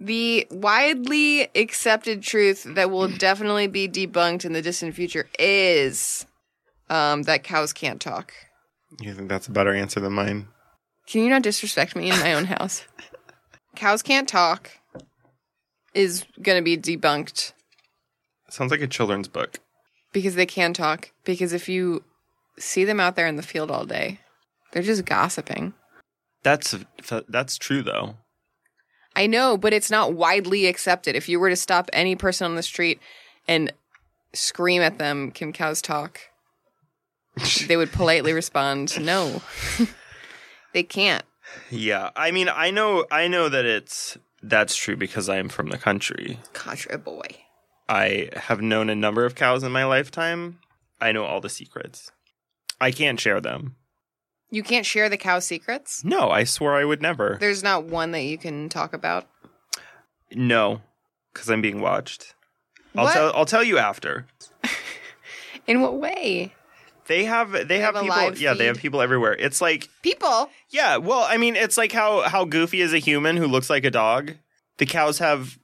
B: the widely accepted truth that will definitely be debunked in the distant future is um, that cows can't talk.
C: You think that's a better answer than mine?
B: Can you not disrespect me in my own house? cows can't talk is going to be debunked
C: Sounds like a children's book.
B: Because they can talk. Because if you see them out there in the field all day, they're just gossiping.
C: That's that's true though.
B: I know, but it's not widely accepted. If you were to stop any person on the street and scream at them, can cows talk? They would politely respond, no. they can't.
C: Yeah, I mean, I know, I know that it's that's true because I am from the country.
B: Contra boy.
C: I have known a number of cows in my lifetime. I know all the secrets. I can't share them.
B: You can't share the cow secrets?
C: No, I swore I would never.
B: There's not one that you can talk about.
C: No, because I'm being watched. I'll
B: What?
C: tell. I'll tell you after.
B: In what way?
C: They have. They, have,
B: have a
C: people.
B: live
C: yeah, they
B: feed.
C: have people everywhere. It's like.
B: People.
C: Yeah. Well, I mean, it's like how how Goofy is a human who looks like a dog. The cows have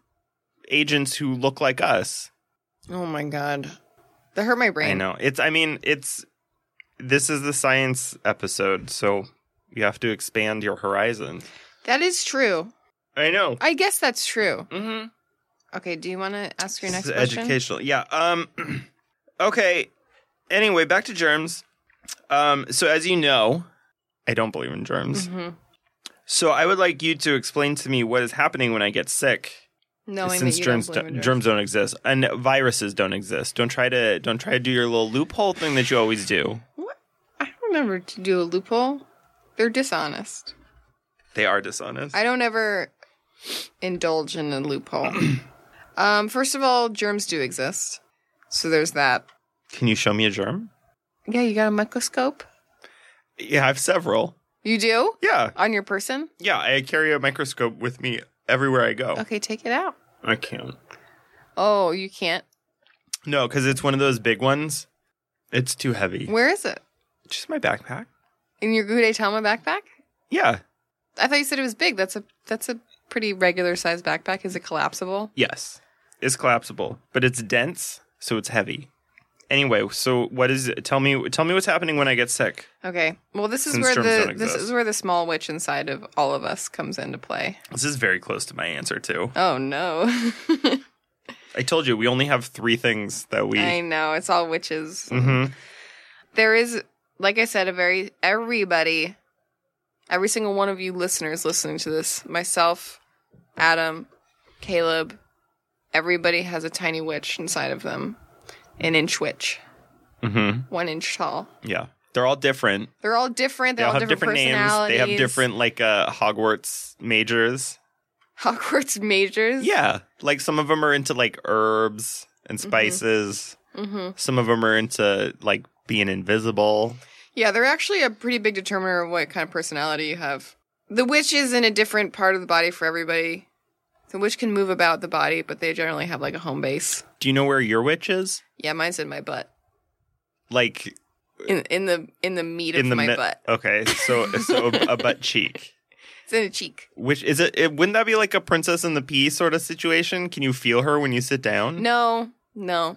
C: agents who look like us.
B: Oh my God. That hurt my brain.
C: I know. It's I mean, it's this is the science episode, so you have to expand your horizon.
B: That is true.
C: I know.
B: I guess that's true.
C: Mhm.
B: Okay, do you want to ask your
C: This
B: next
C: is
B: question?
C: educational. Yeah. Um okay. Anyway, back to germs. Um so as you know, I don't believe in germs.
B: Mhm.
C: So I would like you to explain to me what is happening when I get sick.
B: Knowing
C: since
B: that you
C: germs,
B: don't believe in
C: don't- germs don't exist and viruses don't exist. Don't try to don't try to do your little loophole thing that you always do.
B: What? I don't remember to do a loophole. They're dishonest.
C: They are dishonest.
B: I don't ever indulge in a loophole. um, first of all, germs do exist, so there's that.
C: Can you show me a germ?
B: Yeah, you got a microscope.
C: Yeah, I have several.
B: You do
C: Yeah,
B: on your person.
C: yeah. I carry a microscope with me everywhere I go.
B: Okay, take it out.
C: I can't.
B: Oh, you can't.
C: No, because it's one of those big ones. It's too heavy.
B: Where is it?
C: Just my backpack.
B: In your Gudetama backpack?
C: Yeah.
B: I thought you said it was big. That's a that's a pretty regular sized backpack. Is it collapsible?
C: Yes. It's collapsible, but it's dense, so it's heavy. Anyway, so what is it? Tell me, tell me what's happening when I get sick.
B: Okay. Well, this is
C: Since
B: where
C: germs
B: the
C: don't
B: this
C: exist.
B: is where the small witch inside of all of us comes into play.
C: This is very close to my answer too.
B: Oh no.
C: I told you we only have three things that we.
B: I know. It's all witches.
C: Mhm.
B: There is like I said a very everybody every single one of you listeners listening to this, myself, Adam, Caleb, everybody has a tiny witch inside of them. An inch witch,
C: Mhm.
B: 1 inch tall.
C: Yeah, they're all different.
B: They're all different.
C: They
B: They're
C: all
B: all,
C: have
B: different,
C: different, names. They
B: personalities.
C: have different like uh, Hogwarts majors.
B: Hogwarts majors.
C: Yeah, like some of them are into like herbs and
B: Mm-hmm.
C: spices.
B: Mhm.
C: Some of them are into like being invisible.
B: Yeah, they're actually a pretty big determiner of what kind of personality you have. The witch is in a different part of the body for everybody. The witch can move about the body, but they generally have like a home base.
C: Do you know where your witch is?
B: Yeah, mine's in my butt.
C: Like
B: In in the in the meat of
C: in the
B: my
C: mi-
B: butt.
C: Okay, so so a, a butt cheek.
B: It's in the cheek.
C: Which is it, it? Wouldn't that be like a princess and the pea sort of situation? Can you feel her when you sit down?
B: No, no.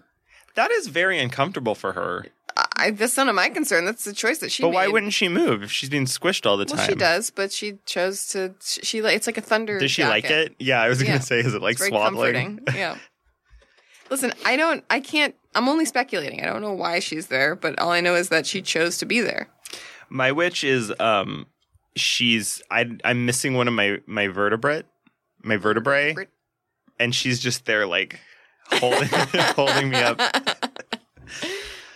C: That is very uncomfortable for her.
B: I, I, that's none of my concern. That's the choice that she.
C: But why
B: made.
C: wouldn't she move if she's being squished all the time?
B: Well, she does, but she chose to. She, she like- it's like a thunder.
C: Does she like
B: jacket.
C: it? Yeah, I was
B: Yeah.
C: gonna say, is it like
B: It's very
C: swaddling?
B: comforting. Yeah. Listen, I don't. I can't. I'm only speculating. I don't know why she's there, but all I know is that she chose to be there.
C: My witch is um, she's I I'm missing one of my my vertebrate, my vertebrae,
B: Vert-
C: and she's just there like holding holding me up.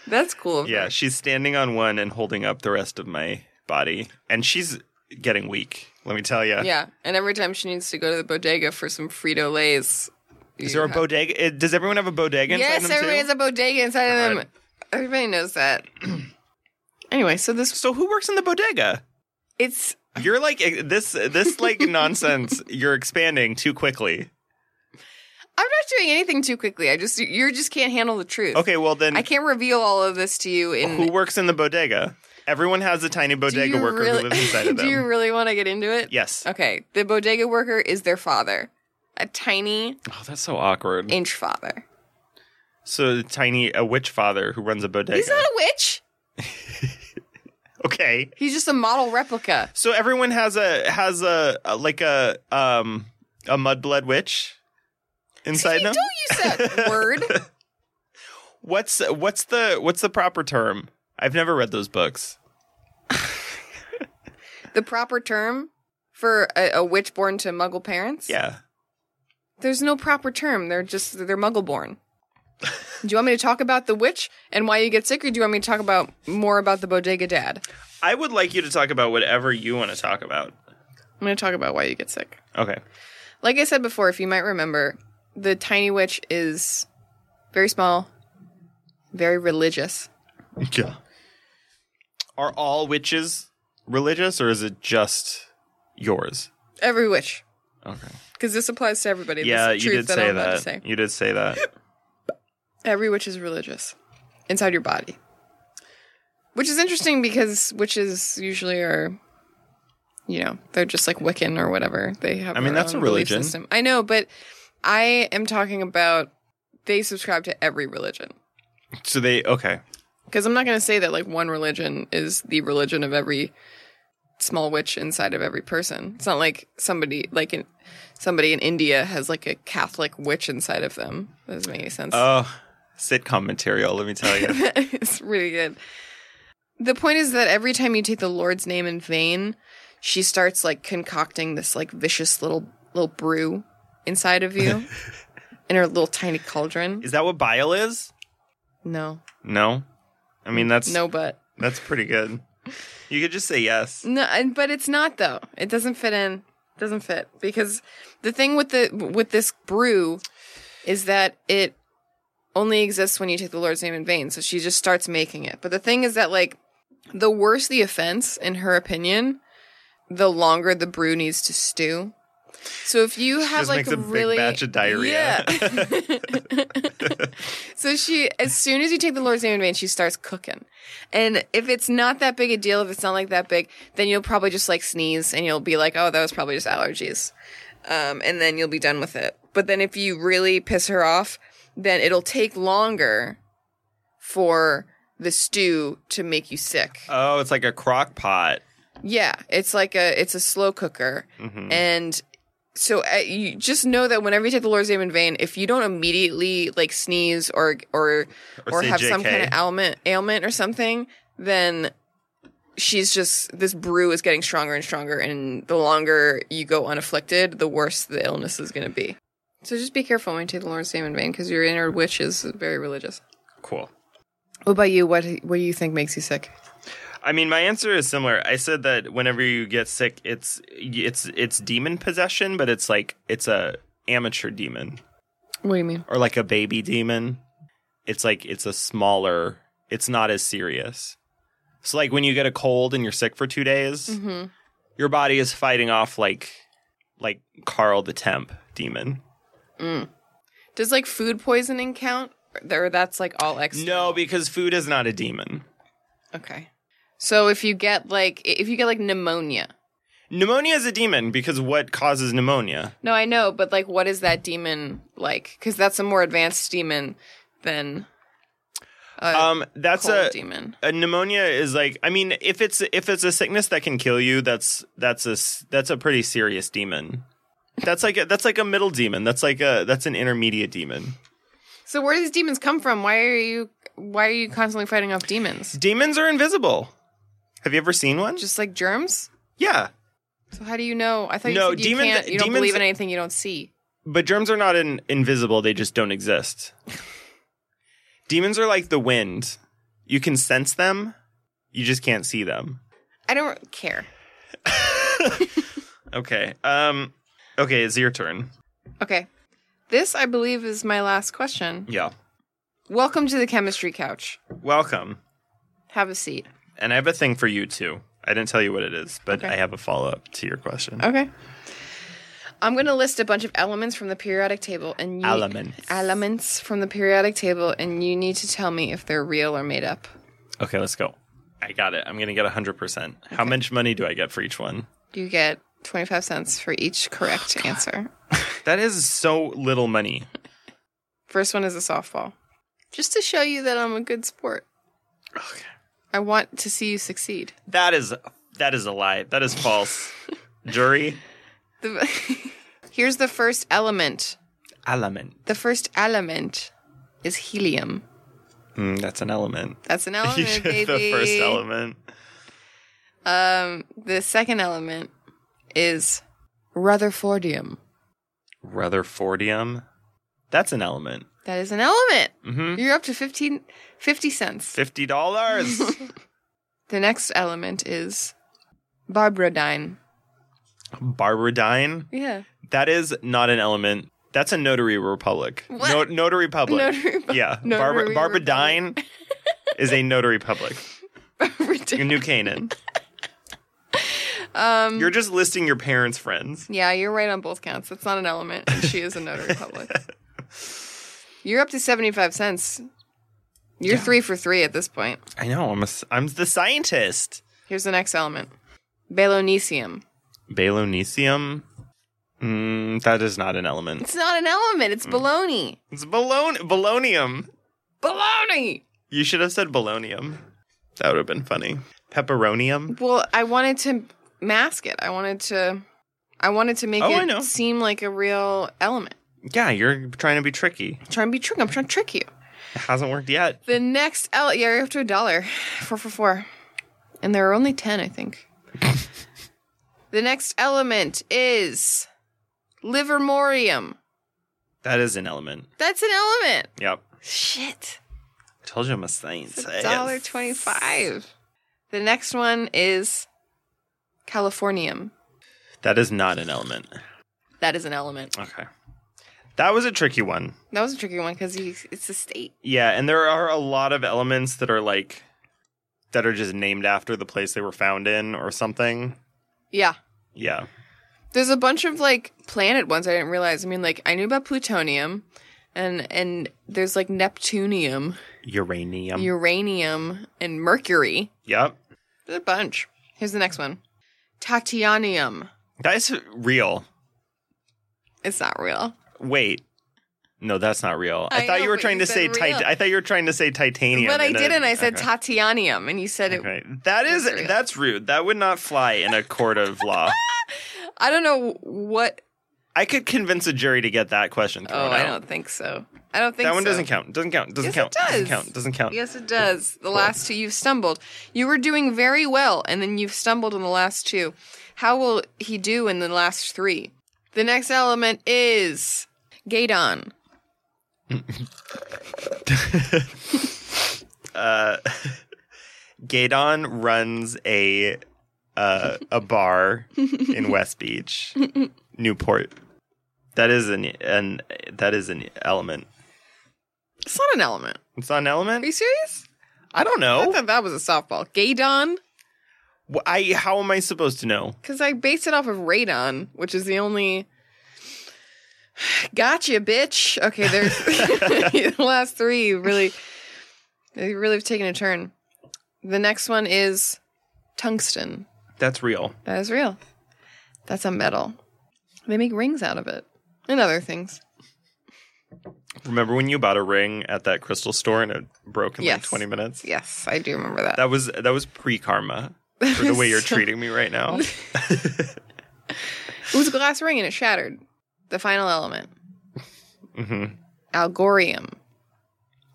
B: That's cool. of
C: Yeah,
B: her.
C: she's standing on one and holding up the rest of my body, and she's getting weak. Let me tell you.
B: Yeah. And every time she needs to go to the bodega for some Frito Lay's.
C: Is there a bodega? eh, Does everyone have a bodega inside
B: Yes,
C: them
B: everybody
C: too?
B: has a bodega inside of them.
C: God.
B: Everybody knows that. anyway, so this
C: so who works in the bodega?
B: it's
C: You're like eh, this this like nonsense. You're expanding too quickly.
B: I'm not doing anything too quickly. I just you just can't handle the truth.
C: Okay, well then
B: I can't reveal all of this to you in
C: Who works in the bodega? Everyone has a tiny
B: Do
C: bodega
B: you
C: worker
B: really-
C: who lives inside of them.
B: Do you really want to get into it?
C: yes.
B: Okay. The bodega worker is their father. A tiny
C: Oh, that's so awkward.
B: inch father.
C: so the tiny a witch father who runs a bodega.
B: He's not a witch.
C: okay.
B: He's just a model replica.
C: So everyone has a has a, a- like a um a mudblood witch inside
B: You
C: them.
B: don't use that word.
C: What's what's the what's the proper term? I've never read those books.
B: The proper term for a, a witch born to muggle parents?
C: Yeah.
B: There's no proper term. They're just they're muggle born. do you want me to talk about the witch and why you get sick, or do you want me to talk about more about the bodega dad?
C: I would like you to talk about whatever you want to talk about.
B: I'm going to talk about why you get sick.
C: Okay.
B: Like I said before, if you might remember, the tiny witch is very small, very religious.
C: Yeah. Are all witches religious or is it just yours?
B: Every witch,
C: Okay.
B: because this applies to everybody. This
C: yeah,
B: is
C: you
B: truth
C: did say
B: I'm about to
C: that.
B: say.
C: You did say that.
B: Every witch is religious inside your body, which is interesting because witches usually are, you know, they're just like Wiccan or whatever. They have.
C: I mean,
B: their
C: that's
B: own
C: a
B: belief
C: religion.
B: System. I know, but I am talking about they subscribe to every religion.
C: So they okay.
B: Because I'm not going to say that like one religion is the religion of every small witch inside of every person. It's not like somebody like in somebody in India has like a Catholic witch inside of them. That doesn't make any sense.
C: Oh, sitcom material, let me tell you.
B: it's really good. The point is that every time you take the Lord's name in vain, she starts like concocting this like vicious little little brew inside of you in her little tiny cauldron.
C: is that what bile is?
B: No,
C: No. I mean that's
B: no, but
C: that's pretty good. You could just say yes.
B: No, and- but it's not though. It doesn't fit in. Doesn't fit because the thing with the with this brew is that it only exists when you take the Lord's name in vain. So she just starts making it. But the thing is that like the worse the offense, in her opinion, the longer the brew needs to stew. So if you have
C: just
B: like
C: makes
B: a
C: a big
B: really
C: batch of diarrhea.
B: yeah. so she, as soon as you take the Lord's name in vain, she starts cooking. And if it's not that big a deal, if it's not like that big, then you'll probably just like sneeze and you'll be like, oh, that was probably just allergies, um, and then you'll be done with it. But then if you really piss her off, then it'll take longer for the stew to make you sick.
C: Oh, it's like a crock pot.
B: Yeah, it's like a it's a slow cooker,
C: Mm-hmm. Mm.
B: and so uh, you just know that whenever you take the Lord's name in vain, if you don't immediately like sneeze or or or,
C: Or say
B: have some
C: JK.
B: kind of ailment ailment or something, then she's just this brew is getting stronger and stronger, and the longer you go unafflicted, the worse the illness is going to be. So just be careful when you take the Lord's name in vain, because your inner witch is very religious.
C: Cool.
B: What about you? What what do you think makes you sick?
C: I mean, my answer is similar. I said that whenever you get sick, it's it's it's demon possession, but it's like it's a amateur demon
B: What do you mean?
C: or like a baby demon. It's like it's a smaller. It's not as serious. So like when you get a cold and you're sick for two days,
B: Mhm.
C: your body is fighting off like like Carl the temp demon.
B: Does like food poisoning count? Or that's like all external?
C: No, because food is not a demon.
B: Okay. So if you get like if you get like pneumonia.
C: Pneumonia is a demon because what causes pneumonia?
B: No, I know, but like what is that demon like? Cuz that's a more advanced demon than a
C: Um, that's
B: cold
C: a
B: demon.
C: a pneumonia is like I mean if it's if it's a sickness that can kill you that's that's a s- that's a pretty serious demon. That's like a, that's like a middle demon. That's like a that's an intermediate demon.
B: So where do these demons come from? Why are you why are you constantly fighting off demons?
C: Demons are invisible. Have you ever seen one?
B: Just like germs?
C: yeah,
B: So how do you know? I thought you
C: No,
B: said you
C: demons-
B: can't. You don't
C: demons-
B: believe in anything you don't see.
C: but germs are not in, invisible. They just don't exist. demons are like the wind. You can sense them. You just can't see them.
B: I don't care.
C: Okay. Um. Okay, it's your turn.
B: Okay, this I believe is my last question.
C: Yeah.
B: Welcome to the chemistry couch.
C: Welcome.
B: Have a seat.
C: And I have a thing for you too. I didn't tell you what it is, but
B: Okay. Oh.
C: I have a follow up to your question.
B: Okay. I'm going to list a bunch of elements from the periodic table and you,
C: Elements.
B: elements from the periodic table and you need to tell me if they're real or made up.
C: Okay, let's go. I got it. I'm going to get 100%. How much money do I get for each one?
B: You get 25 cents for each
C: Oh,
B: correct answer.
C: That is so little money.
B: First one is a softball. Just to show you that I'm a good sport.
C: Okay.
B: I want to see you succeed.
C: That is that is a lie. That is false. Jury
B: The, here's the first element.
C: element.
B: The first element is helium.
C: Mm, that's an element.
B: That's an
C: You
B: element,
C: get
B: baby.
C: the first element.
B: Um, the second element is Rutherfordium.
C: Rutherfordium. That's an element.
B: That is an element.
C: Mhm.
B: You're up to 15, 50 cents.
C: $50.
B: The next element is Barbrodine.
C: Barbadine.
B: Yeah.
C: That is not an element. That's a notary republic.
B: What?
C: No, notary public.
B: Notary pub-
C: yeah.
B: Notary
C: Barbara Barbara Dine is a notary public. Your
B: Barbrodine.
C: new Canaan. Um, You're just listing your parents' friends.
B: Yeah, you're right on both counts. That's not an element. and she is a notary public. You're up to 75 cents. You're three for three at this point.
C: I know. I'm a, s- I'm the scientist.
B: Here's the next element Balonesium.
C: Balonesium. Mm, that is not an element.
B: It's not an element, it's baloney.
C: It's balon balonium.
B: Baloney!
C: You should have said balonium. That would have been funny. Pepperonium.
B: Well, I wanted to mask it. I wanted to I wanted to make
C: Oh, I know.
B: it seem like a real element.
C: Yeah, you're trying to be tricky.
B: I'm trying to be trick. I'm trying to trick you.
C: It hasn't worked yet.
B: The next ele- yeah, you're up to a dollar. Four for four. And there are only ten, I think. the next element is livermorium.
C: That is an element.
B: That's an element.
C: Yep.
B: Shit.
C: I told you I'm a scientist.
B: Dollar twenty five. The next one is Californium.
C: That is not an element.
B: That is an element.
C: Okay. That was a tricky one.
B: That was a tricky one because it's a state.
C: Yeah, and there are a lot of elements that are like that are just named after the place they were found in or something.
B: Yeah.
C: Yeah.
B: There's a bunch of like planet ones I didn't realize. I mean, like I knew about plutonium, and and there's like neptunium,
C: Uranium.
B: uranium, and mercury.
C: yep.
B: There's a bunch. Here's the next one, tatianium.
C: That's real.
B: It's not real.
C: Wait. No, that's not real. I,
B: I
C: thought
B: know,
C: you were
B: but
C: trying
B: you
C: to say
B: said real.
C: tit- I thought you were trying to say titanium.
B: but I
C: and
B: didn't. I said
C: okay.
B: tatianium, and you said it.
C: Okay. That is
B: real.
C: that's rude. That would not fly in a court of law.
B: I don't know what.
C: I could convince a jury to get that question
B: Oh,
C: thrown
B: I
C: out.
B: don't think so. I don't think
C: that one
B: so.
C: doesn't count. Doesn't count. Doesn't
B: Yes, it
C: count. Doesn't
B: does.
C: count. Doesn't count.
B: Yes, it does. The last two you've stumbled. You were doing very well, and then you've stumbled in the last two. How will he do in the last three? The next element is Gadon.
C: uh, Gadon runs a uh, a bar in West Beach, Newport. That is an an that is an element.
B: It's not an element.
C: It's not an
B: Are
C: element.
B: you serious?
C: I don't
B: I
C: know.
B: thought that was a softball. Gadon?
C: Wh- I how am I supposed to know?
B: Because I based it off of radon, which is the only. Gotcha, bitch. Okay, there's the last three. you Really, they really have taken a turn. The next one is tungsten.
C: That's real.
B: That is real. That's a metal. They make rings out of it and other things.
C: Remember when you bought a ring at that crystal store and it broke in like
B: Yes.
C: 20 minutes?
B: Yes, I do remember that.
C: That was that was pre karma for the way you're treating me right now.
B: It was a glass ring and it shattered. The final element.
C: Mhm.
B: Algorium.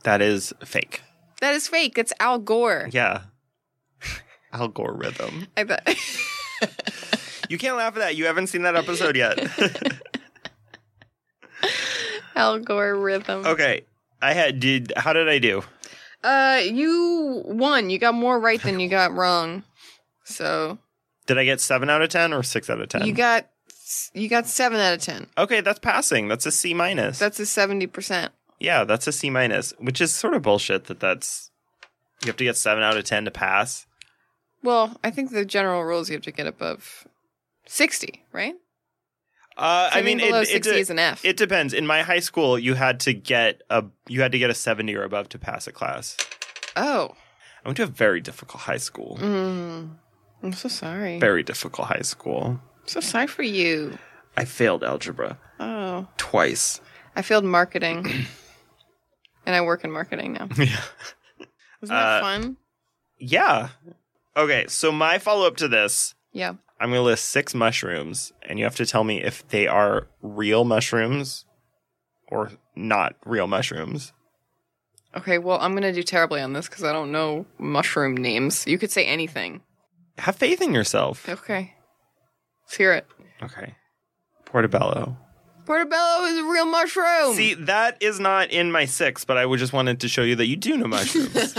C: That is fake.
B: That is fake. It's Al Gore.
C: Yeah. Algorithm.
B: I bet.
C: You can't laugh at that. You haven't seen that episode yet.
B: Al Gore rhythm.
C: okay. I had did how did I do?
B: Uh, you won. You got more right than you got wrong. So
C: Did I get 7 out of 10 or 6 out of 10?
B: you got you got seven out of ten.
C: okay, that's passing. That's a C minus.
B: That's a seventy percent.
C: yeah, that's a C minus, which is sort of bullshit that that's you have to get 7 out of 10 to pass.
B: Well, I think the general rules you have to get above sixty, right?
C: Uh, I
B: Anything
C: mean,
B: below
C: it, it,
B: sixty
C: de-
B: is an F.
C: it depends. In my high school, you had to get a you had to get a seventy or above to pass a class.
B: oh,
C: I went to a very difficult high school.
B: mm. I'm so sorry.
C: Very difficult high school.
B: I'm so sorry for you.
C: I failed algebra
B: Oh,
C: twice.
B: I failed marketing, and I work in marketing now.
C: Yeah.
B: Isn't that
C: Uh,
B: fun?
C: Yeah. Okay. So my follow up to this,
B: Yeah.
C: I'm gonna list six mushrooms, and you have to tell me if they are real mushrooms or not real mushrooms.
B: Okay. Well, I'm gonna do terribly on this because I don't know mushroom names. You could say anything.
C: Have faith in yourself.
B: Okay. Let's hear it.
C: Okay. Portobello.
B: Portobello is a real mushroom.
C: See, that is not in my six, but I would just wanted to show you that you do know mushrooms.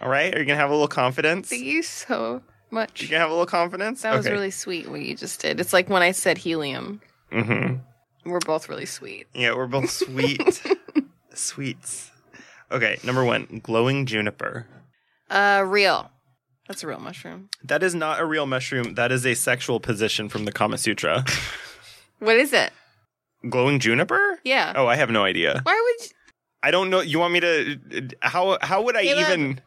C: All right, are you gonna have a little confidence?
B: thank
C: You
B: you so much.
C: gonna have a little confidence?
B: That was really sweet what you just did. It's like when I said helium.
C: Mm-hmm.
B: We're both really sweet.
C: Yeah, we're both sweet, sweets. Okay, number one, glowing juniper.
B: Uh, real. That's a real mushroom.
C: That is not a real mushroom. That is a sexual position from the Kama Sutra.
B: What is it?
C: glowing juniper?
B: Yeah.
C: Oh, I have no idea.
B: Why would? You...
C: I don't know. You want me to? uh, How how would I
B: Caleb.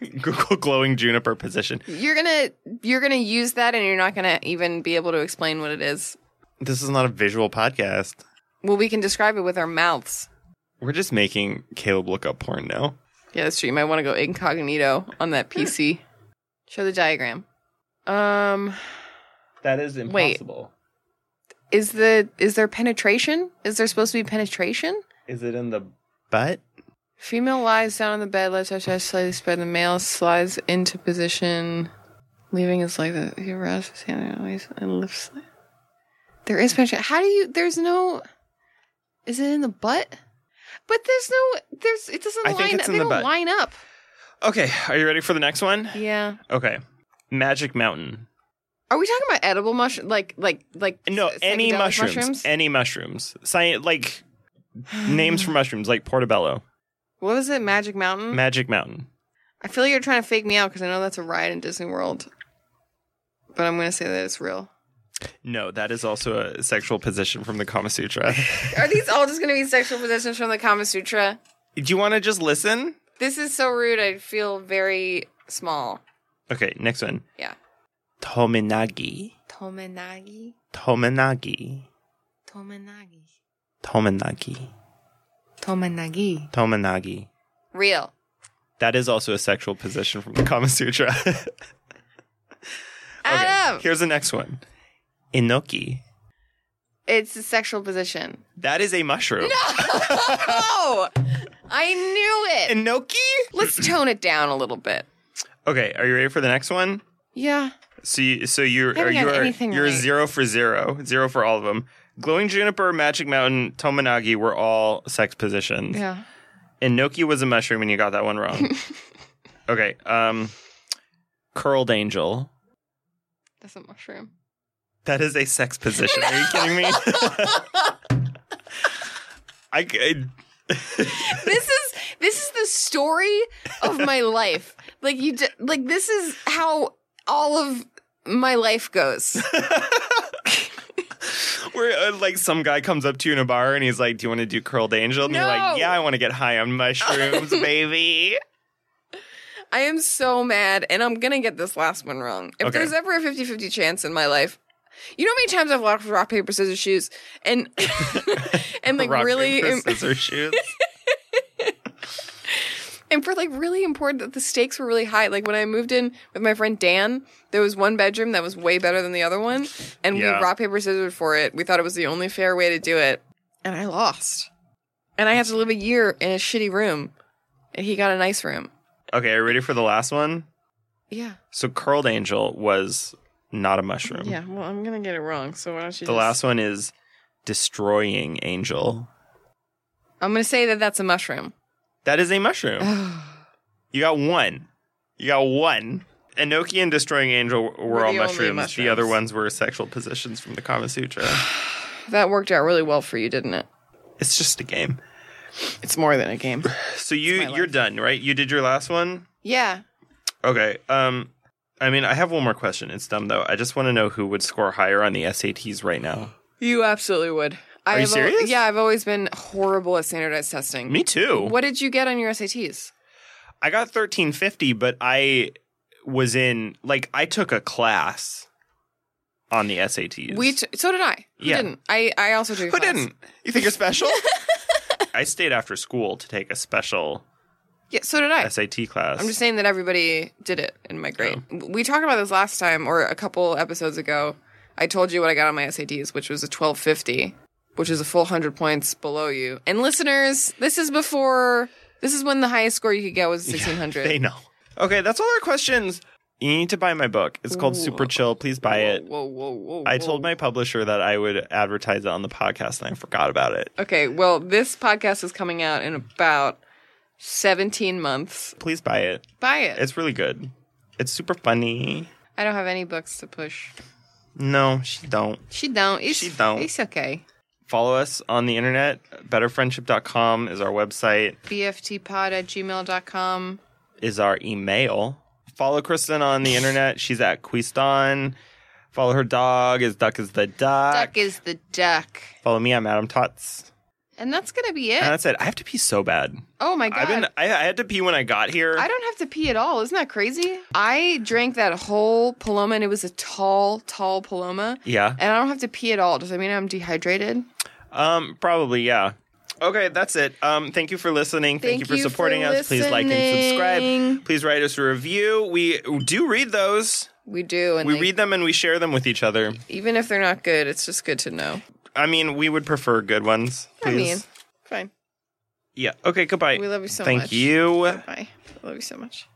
C: even Google glowing juniper position?
B: You're gonna you're gonna use that, and you're not gonna even be able to explain what it is.
C: This is not a visual podcast.
B: Well, we can describe it with our mouths.
C: We're just making Caleb look up porn now.
B: Yeah, that's true. You might want to go incognito on that PC. Show the diagram. Um,
C: That is
B: impossible. is the is there penetration? Is there supposed to be penetration?
C: Is it in the butt?
B: Female lies down on the bed, left side chest slightly spread. The male slides into position, leaving his leg. that He rests his hand on his waist and lifts. There is penetration. How do you? There's no. Is it in the butt? But there's no. There's. It doesn't
C: I
B: line.
C: think it's in
B: they
C: the
B: don't
C: butt.
B: line up.
C: Okay, are you ready for the next one?
B: Yeah.
C: Okay. Magic Mountain.
B: Are we talking about edible mushroom? Like like like.
C: No,
B: psychedelic
C: any mushrooms, Any mushrooms. Sci- like names for mushrooms like portobello,
B: what was it? Magic Mountain.
C: Magic Mountain.
B: I feel like you're trying to fake me out because I know that's a ride in Disney World. But I'm gonna say that it's real.
C: No, that is also a sexual position from the Kama Sutra.
B: Are these all just gonna be sexual positions from the Kama Sutra?
C: Do you want to just listen?
B: This is so rude. I feel very small.
C: Okay, next one.
B: Yeah.
C: Tomenagi.
B: Tomenagi.
C: Tomenagi.
B: Tomenagi.
C: Tomenagi.
B: Tomenagi.
C: Tomenagi.
B: Real.
C: That is also a sexual position from the Kama Sutra.
B: Adam!
C: Okay, here's the next one. Inoki.
B: It's a sexual position.
C: That is a mushroom.
B: oh! I knew it!
C: Inoki?
B: Let's tone it down a little bit.
C: Okay, are you ready for the next one?
B: Yeah.
C: So, you, so you're
B: haven't
C: are you
B: gotten
C: are,
B: anything
C: you're
B: right.
C: zero for zero, zero for all of them. Glowing juniper, magic mountain, tomonagi were all sex positions.
B: Yeah.
C: Inoki was a mushroom, and you got that one wrong. okay, um, curled angel.
B: That's a mushroom.
C: That is a sex position. Are you kidding me? I, c-
B: this is this is the story of my life. Like you d- like this is how all of my life goes.
C: Where uh, like some guy comes up to you in a bar and he's like, "Do you want to do curled angel?" And you're
B: No.
C: like, "Yeah, I want to get high on mushrooms, baby."
B: I am so mad, and I'm gonna get this last one wrong. If
C: Okay.
B: there's ever a 50 50 chance in my life, You know how many times I've watched rock paper scissors shoes and and like
C: Rock,
B: really
C: paper,
B: im-
C: scissors shoes.
B: and for like really important that the stakes were really high. Like when I moved in with my friend Dan, there was one bedroom that was way better than the other one, and
C: Yeah.
B: we rock paper scissors for it. We thought it was the only fair way to do it, and I lost. And I had to live a year in a shitty room, and he got a nice room.
C: Okay, are you ready for the last one?
B: Yeah,
C: So curled angel was not a mushroom.
B: yeah. Well, I'm gonna get it wrong, so why don't you?
C: The
B: just-
C: last one is destroying angel.
B: I'm gonna say that that's a mushroom.
C: That is a mushroom. You got one. You got one. Enoki and Destroying Angel were,
B: Were
C: all
B: the only
C: mushrooms. The
B: mushrooms.
C: other ones were sexual positions from the Kama Sutra.
B: that worked out really well for you, didn't it?
C: it's just a game.
B: It's more than a game.
C: So you
B: my life.
C: you're done, right? You did your last one.
B: Yeah.
C: Okay. Um, I mean, I have one more question. It's dumb though. I just want to know who would score higher on the SATs right now.
B: You absolutely would.
C: Are you
B: I've al-
C: serious?
B: yeah, I've always been horrible at standardized testing.
C: Me too.
B: What did you get on your SATs?
C: I got 1350, but I was in like I took a class on the SATs.
B: We t- so did I. Who
C: Yeah.
B: didn't? I I also took. a
C: Who
B: class.
C: didn't? You think you're special? I stayed after school to take a special
B: Yeah, so did I.
C: SAT class.
B: I'm just saying that everybody did it in my grade. We talked about this last time or a couple episodes ago. I told you what I got on my SATs, which was a 1250, which is a full 100 points below you. And listeners, this is before this is when the highest score you could get was 1600.
C: They know. Okay, that's all our questions. You need to buy my book. It's called Super Chill. Please buy it.
B: Whoa, whoa, whoa.
C: I
B: whoa.
C: told my publisher that I would advertise it on the podcast and I forgot about it.
B: Okay, well, this podcast is coming out in about 17 months.
C: Please buy it.
B: Buy it.
C: It's really good. It's super funny.
B: I don't have any books to push.
C: No, she don't.
B: She don't. It's,
C: She don't.
B: It's okay.
C: Follow us on the internet. Betterfriendship.com is our website,
B: BFTpod at gmail.com.
C: is our email. Follow Kristen on the internet. She's at Quiston. Follow her dog is Duck is the Duck.
B: Duck is the duck.
C: Follow me. I'm Adam Tots.
B: And that's going to be
C: And
B: it.
C: that's it. I have to pee so bad.
B: Oh my God.
C: I've been. I, I had to pee when I got here.
B: I don't have to pee at all. Isn't that crazy? I drank that whole Paloma and it was a tall, tall Paloma.
C: Yeah.
B: And I don't have to pee at all. Does that mean I'm dehydrated?
C: Um. Probably. Yeah. Okay. That's it. Um. Thank you for listening. Thank,
B: Thank
C: you for
B: you
C: supporting
B: for
C: us. Please like and subscribe.
B: listening.
C: Please write us a review. We do read those.
B: We do. And
C: We
B: they-
C: read them and we share them with each other.
B: even if they're not good, it's just good to know.
C: I mean, we would prefer good ones. Please.
B: I mean, fine.
C: Yeah. Okay. Goodbye.
B: We love you so
C: Thank
B: much.
C: you.
B: Bye. I love you so much.